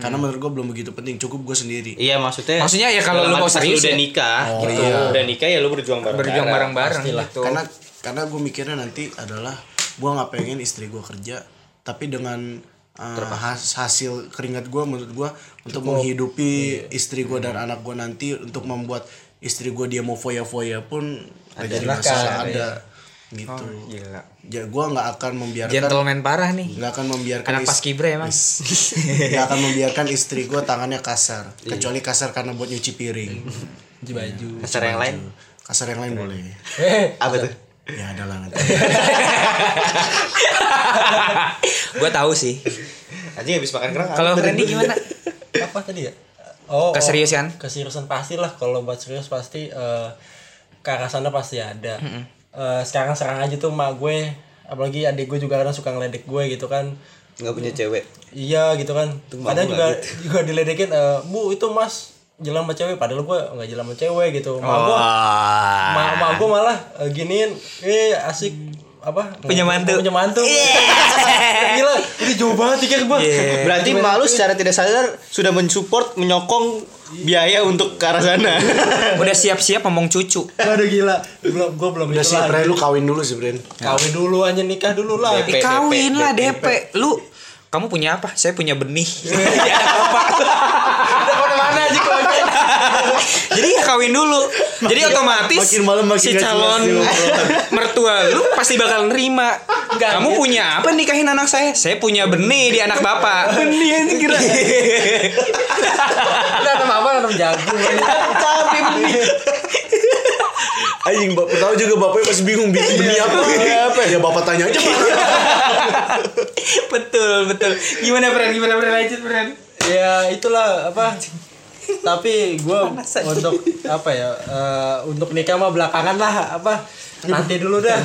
C: karena menurut gue belum begitu penting cukup gue sendiri
B: Iya maksudnya
A: Maksudnya ya kalau lu
B: dalam
A: mau
B: arti pas
A: serius
B: udah
A: ya.
B: nikah gitu. Udah nikah ya lu berjuang bareng
A: berjuang bareng-bareng gitu.
C: karena karena gue mikirnya nanti adalah gue nggak pengen istri gue kerja tapi dengan uh, has- hasil keringat gue menurut gue untuk menghidupi istri gue dan anak gue nanti untuk membuat istri gue dia mau foya foya pun ada jadi masalah ada gitu
A: Gila.
C: ya gue nggak akan membiarkan
A: Gentleman parah nih.
C: nggak akan membiarkan
A: Anak
C: istri-
A: pas kibra emang.
C: [laughs] nggak akan membiarkan istri gue tangannya kasar
A: Iya.
C: kecuali kasar karena buat nyuci piring
D: cuci baju
B: Pacar yang
A: [laughs]
B: lain
C: kasar yang lain boleh
D: eh
B: apa tuh?
C: ya ada lah nanti.
A: gue tahu sih.
B: Anjing habis makan ah. kerang.
A: Kalau
B: apa?
A: Randy
B: [laughs]
A: gimana?
D: apa tadi ya oh oh.
A: Keseriusan.
D: keseriusan pastilah kalau buat serius pasti eh ke arah sana pasti ada Eh, sekarang serang aja tuh mak gue apalagi adik gue juga kadang suka ngeledek gue gitu kan
B: nggak punya cewek.
D: iya gitu kan
B: mak
D: kadang
B: gue
D: juga
A: gitu.
D: juga diledekin eh, bu itu mas jelas sama cewek padahal gue nggak jelas sama cewek gitu mak gue
A: Oh.
D: mak mak gue malah eh, giniin eh asik apa
A: Punya mantu. Iya.
D: punya mantu [laughs] gila ini jauh banget pikir gue
A: Iya.
B: Berarti malu secara tidak sadar sudah mensupport, menyokong biaya untuk ke arah sana.
A: Udah siap-siap ngomong cucu.
D: Aduh gila, belum gue belum
C: udah
D: itu
C: sih
D: lah.
C: Bray, lu kawin dulu sih Bren
D: Kawin dulu aja nikah dulu
A: Iya,
D: lah.
B: DP.
A: Kawin lah DP. Lu kamu punya apa? Saya punya [laughs] benih. Ya, apa?
D: Mana aja kawin.
A: gitu? Jadi ya kawin dulu. Jadi otomatis
C: makin malam makin
A: si
C: gak jelas
A: calon oh.
C: nih
A: [laughs] mertua lu pasti bakal nerima. Kamu punya apa nikahin anak saya? Saya punya benih di anak bapak. [laughs] Benih anjing kira.
D: Nanam apa nanam jagung.
B: Tapi benih.
C: Anjing, bapak tahu juga bapaknya masih bingung bikin beli apa. apa. Iya. Ya bapak tanya aja. Pak.
A: betul, betul. Gimana Pren? Gimana Pren? Lanjut Pren.
D: ya itulah apa. Tapi gue untuk apa ya? eh, untuk nikah mah belakangan lah apa. Nanti dulu dah.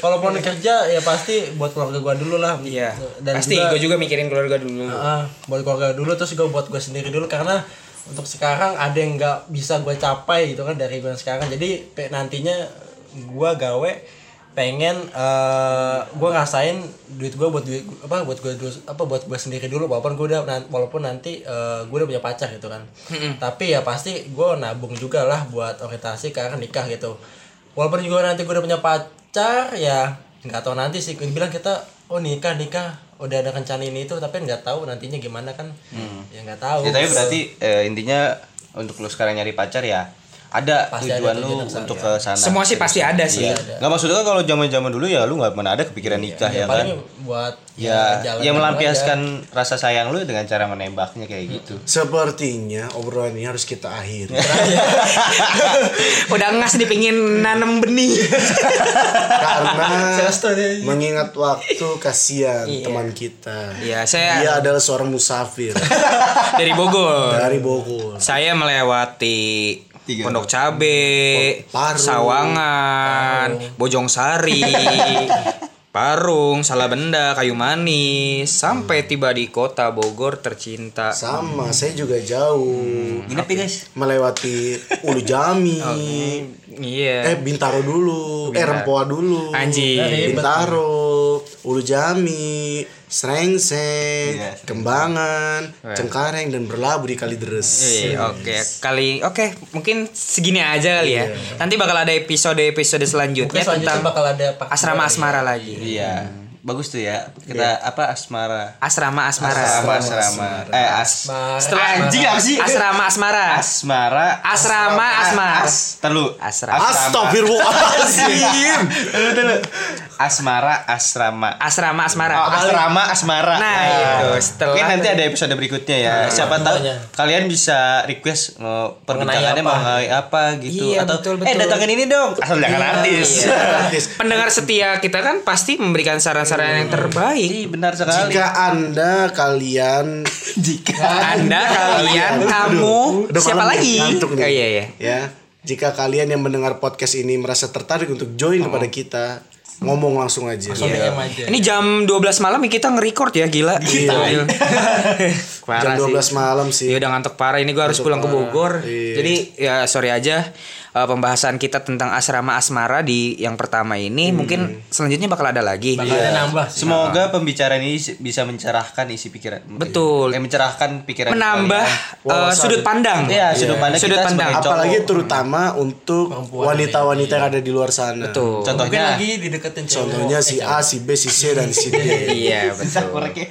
D: Kalaupun kerja ya pasti buat keluarga gue dulu lah.
A: Iya.
D: Dan
A: Pasti
D: juga-
A: gue juga mikirin keluarga dulu.
D: Ah, buat keluarga dulu terus gue buat gue sendiri dulu karena untuk sekarang ada yang nggak bisa gue capai gitu kan dari gue yang sekarang jadi pe- nantinya gue gawe pengen eh, gue ngasain duit gue buat duit apa buat gue apa buat gue sendiri dulu walaupun gue udah nan- walaupun nanti gue udah punya pacar gitu kan tapi ya pasti gue nabung juga lah buat orientasi ke arah nikah gitu walaupun juga nanti gue udah punya pacar ya nggak tahu nanti sih gue bilang kita oh nikah nikah udah ada rencana ini itu tapi nggak tahu nantinya gimana kan ya nggak
B: Ya,
D: tahu
B: tapi berarti eh, intinya untuk lu sekarang nyari pacar ya ada
D: Pasti ada
B: tujuan lu
D: tujuan
B: untuk ke sana.
A: Semua sih pasti ada sih.
B: Iya. Nggak maksudnya kalau zaman-zaman dulu ya lu nggak pernah ada kepikiran nikah ya, kan?
D: paling buat
B: Ya,
D: jalan
B: ya
D: dulu
B: melampiaskan rasa sayang lu dengan cara menembaknya kayak gitu.
C: Sepertinya obrolan ini harus kita akhiri.
A: Iya. Udah ngas nih pengen nanam benih. [laughs]
C: karena
D: Saya setuju.
C: mengingat waktu kasihan teman kita.
A: Iya, saya-
C: Dia adalah seorang musafir
A: Dari Bogor.
C: dari Bogor.
A: Saya melewati
B: Tiga.
A: Pondok
D: Oh,
A: Cabe,
C: Paru.
A: Sawangan, Bojong
D: [laughs]
A: Sari, Parung, Salabenda, Kayu Manis, sampai tiba di kota Bogor tercinta.
C: Sama, saya juga jauh.
B: Nginep ya guys.
C: Melewati Ulu Jami. Eh
A: Iya.
C: Bintaro dulu, eh Rempoa dulu.
A: Anjing.
C: Bintaro, Ulu Jami, Srengseng,
B: Iya.
C: Kembangan, Cengkareng dan berlabuh di Kalideres.
A: Iya, Oke, kali oke mungkin segini aja kali ya. Nanti bakal ada episode-episode selanjutnya
D: Iya. Mungkin selanjutnya
A: tentang
D: bakal ada Pak
A: asrama
D: Kembar,
A: asmara lagi. Hmm. Iya.
B: Iya. Bagus tuh ya. Kita apa asmara.
A: Asrama asmara.
B: Asrama asrama. Eh as.
D: Mas-
A: Setelah
B: Anjing apa sih?
A: Asrama asmara.
B: Asmara.
A: Asrama asmara.
B: As. Terlu.
A: Asrama.
B: Iya.
C: Astagfirullahaladzim.
B: Asmara asrama.
A: Asrama asmara.
B: Oh, asrama asmara.
A: Nah, itu. Setelah- Nah,
B: Mungkin nanti ada episode berikutnya ya. Siapa tahu
D: Tentunya.
B: kalian bisa request mau perbincangannya
D: apa.
B: mengenai apa gitu
A: Iya,
B: atau
A: betul,
B: eh
A: betul. Iya,
B: datangin ini dong. Asal jangan
C: Iya.
B: artis.
A: Pendengar setia kita kan pasti memberikan saran-saran yang
B: Hmm.
A: terbaik.
B: Ih, benar sekali. Nah.
C: Jika anda kalian
A: Anda,
B: Iya.
A: kalian, kamu, Oh,
C: Udah
B: ya?
A: siapa
C: malam nih,
A: lagi?
C: ngantuk nih.
A: Oh iya iya.
C: ya, jika kalian yang mendengar podcast ini merasa tertarik untuk join kepada kita, ngomong langsung aja.
D: DM aja
A: Ini jam 12 malam kita nge-record ya gila.
B: Iya.
A: Gila.
C: Jam
B: [laughs]
A: Parah sih.
C: 12 malam sih.
A: Iya, Ya udah ngantuk parah ini gue harus pulang ke Bogor.
C: parah, iya.
A: Jadi ya sorry aja. eh, pembahasan kita tentang asrama asmara di yang pertama ini mungkin selanjutnya Hmm. bakal ada lagi.
B: Iya.
A: Iya.
D: Makanya nambah sih.
B: Semoga pembicaraan ini se- bisa mencerahkan isi pikiran.
A: Betul.
B: Eh, mencerahkan pikiran
A: Menambah eh, sudut pandang.
B: Iya, sudut pandang
A: Sudut
B: kita
A: pandang. Iya,
B: sebagai
C: apalagi terutama untuk wanita-wanita yang ada di luar sana
A: Betul.
D: Mungkin
B: Contohnya
D: lagi dideketin cewek.
C: contohnya si A si B si C dan si D
A: Iya, betul.
B: Sisa korek ya.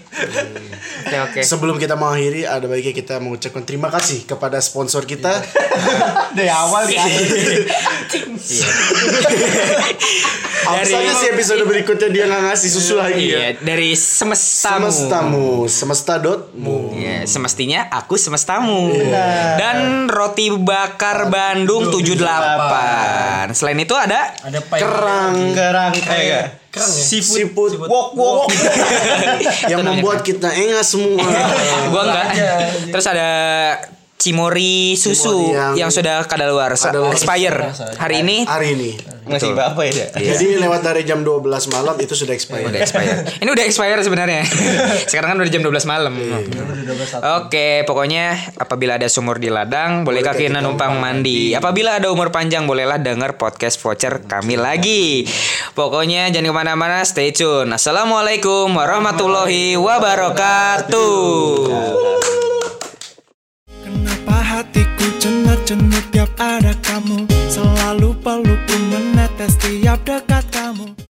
A: Oke, [laughs] oke.
C: Sebelum kita mengakhiri, ada baiknya kita mengucapkan terima kasih kepada sponsor kita.
A: Iya.
B: [laughs] Dari awal ya. di akhir.
C: Apa saja sih episode berikutnya dia nggak ngasih susu lagi ya?
A: Iya, dari semestamu.
C: Semestamu, Hmm. semesta.mu.
A: Iya, semestinya aku semestamu. Dan roti bakar Iya. Bandung 78. Selain itu ada Eh,
D: Ada pai.
C: Kerang
B: Kerang kayak
D: Kerang ya?
C: siput ya.
B: wok wok.
C: yang membuat kita engas [laughs] semua.
A: [laughs] gua enggak. Terus ada Cimori susu
C: Cimori yang-
A: yang, sudah kadaluarsa
C: Kadaluarsa.
A: expire hari ini Iya,
C: Hari ini.
B: Masih apa ya?
C: Jadi lewat dari jam 12 malam itu sudah expired.
A: udah expire. Ini udah expire [laughs] sebenarnya. Sekarang kan udah jam 12 malam.
B: Iya.
A: Oke, pokoknya apabila ada sumur di ladang, boleh kaki numpang mandi. Apabila ada umur panjang, bolehlah dengar podcast voucher kami lagi. Pokoknya jangan kemana-mana, stay tune. Assalamualaikum warahmatullahi wabarakatuh.
E: Kenapa hatiku cenut-cenut tiap ada kamu Selalu pelukku menetes tiap dekat kamu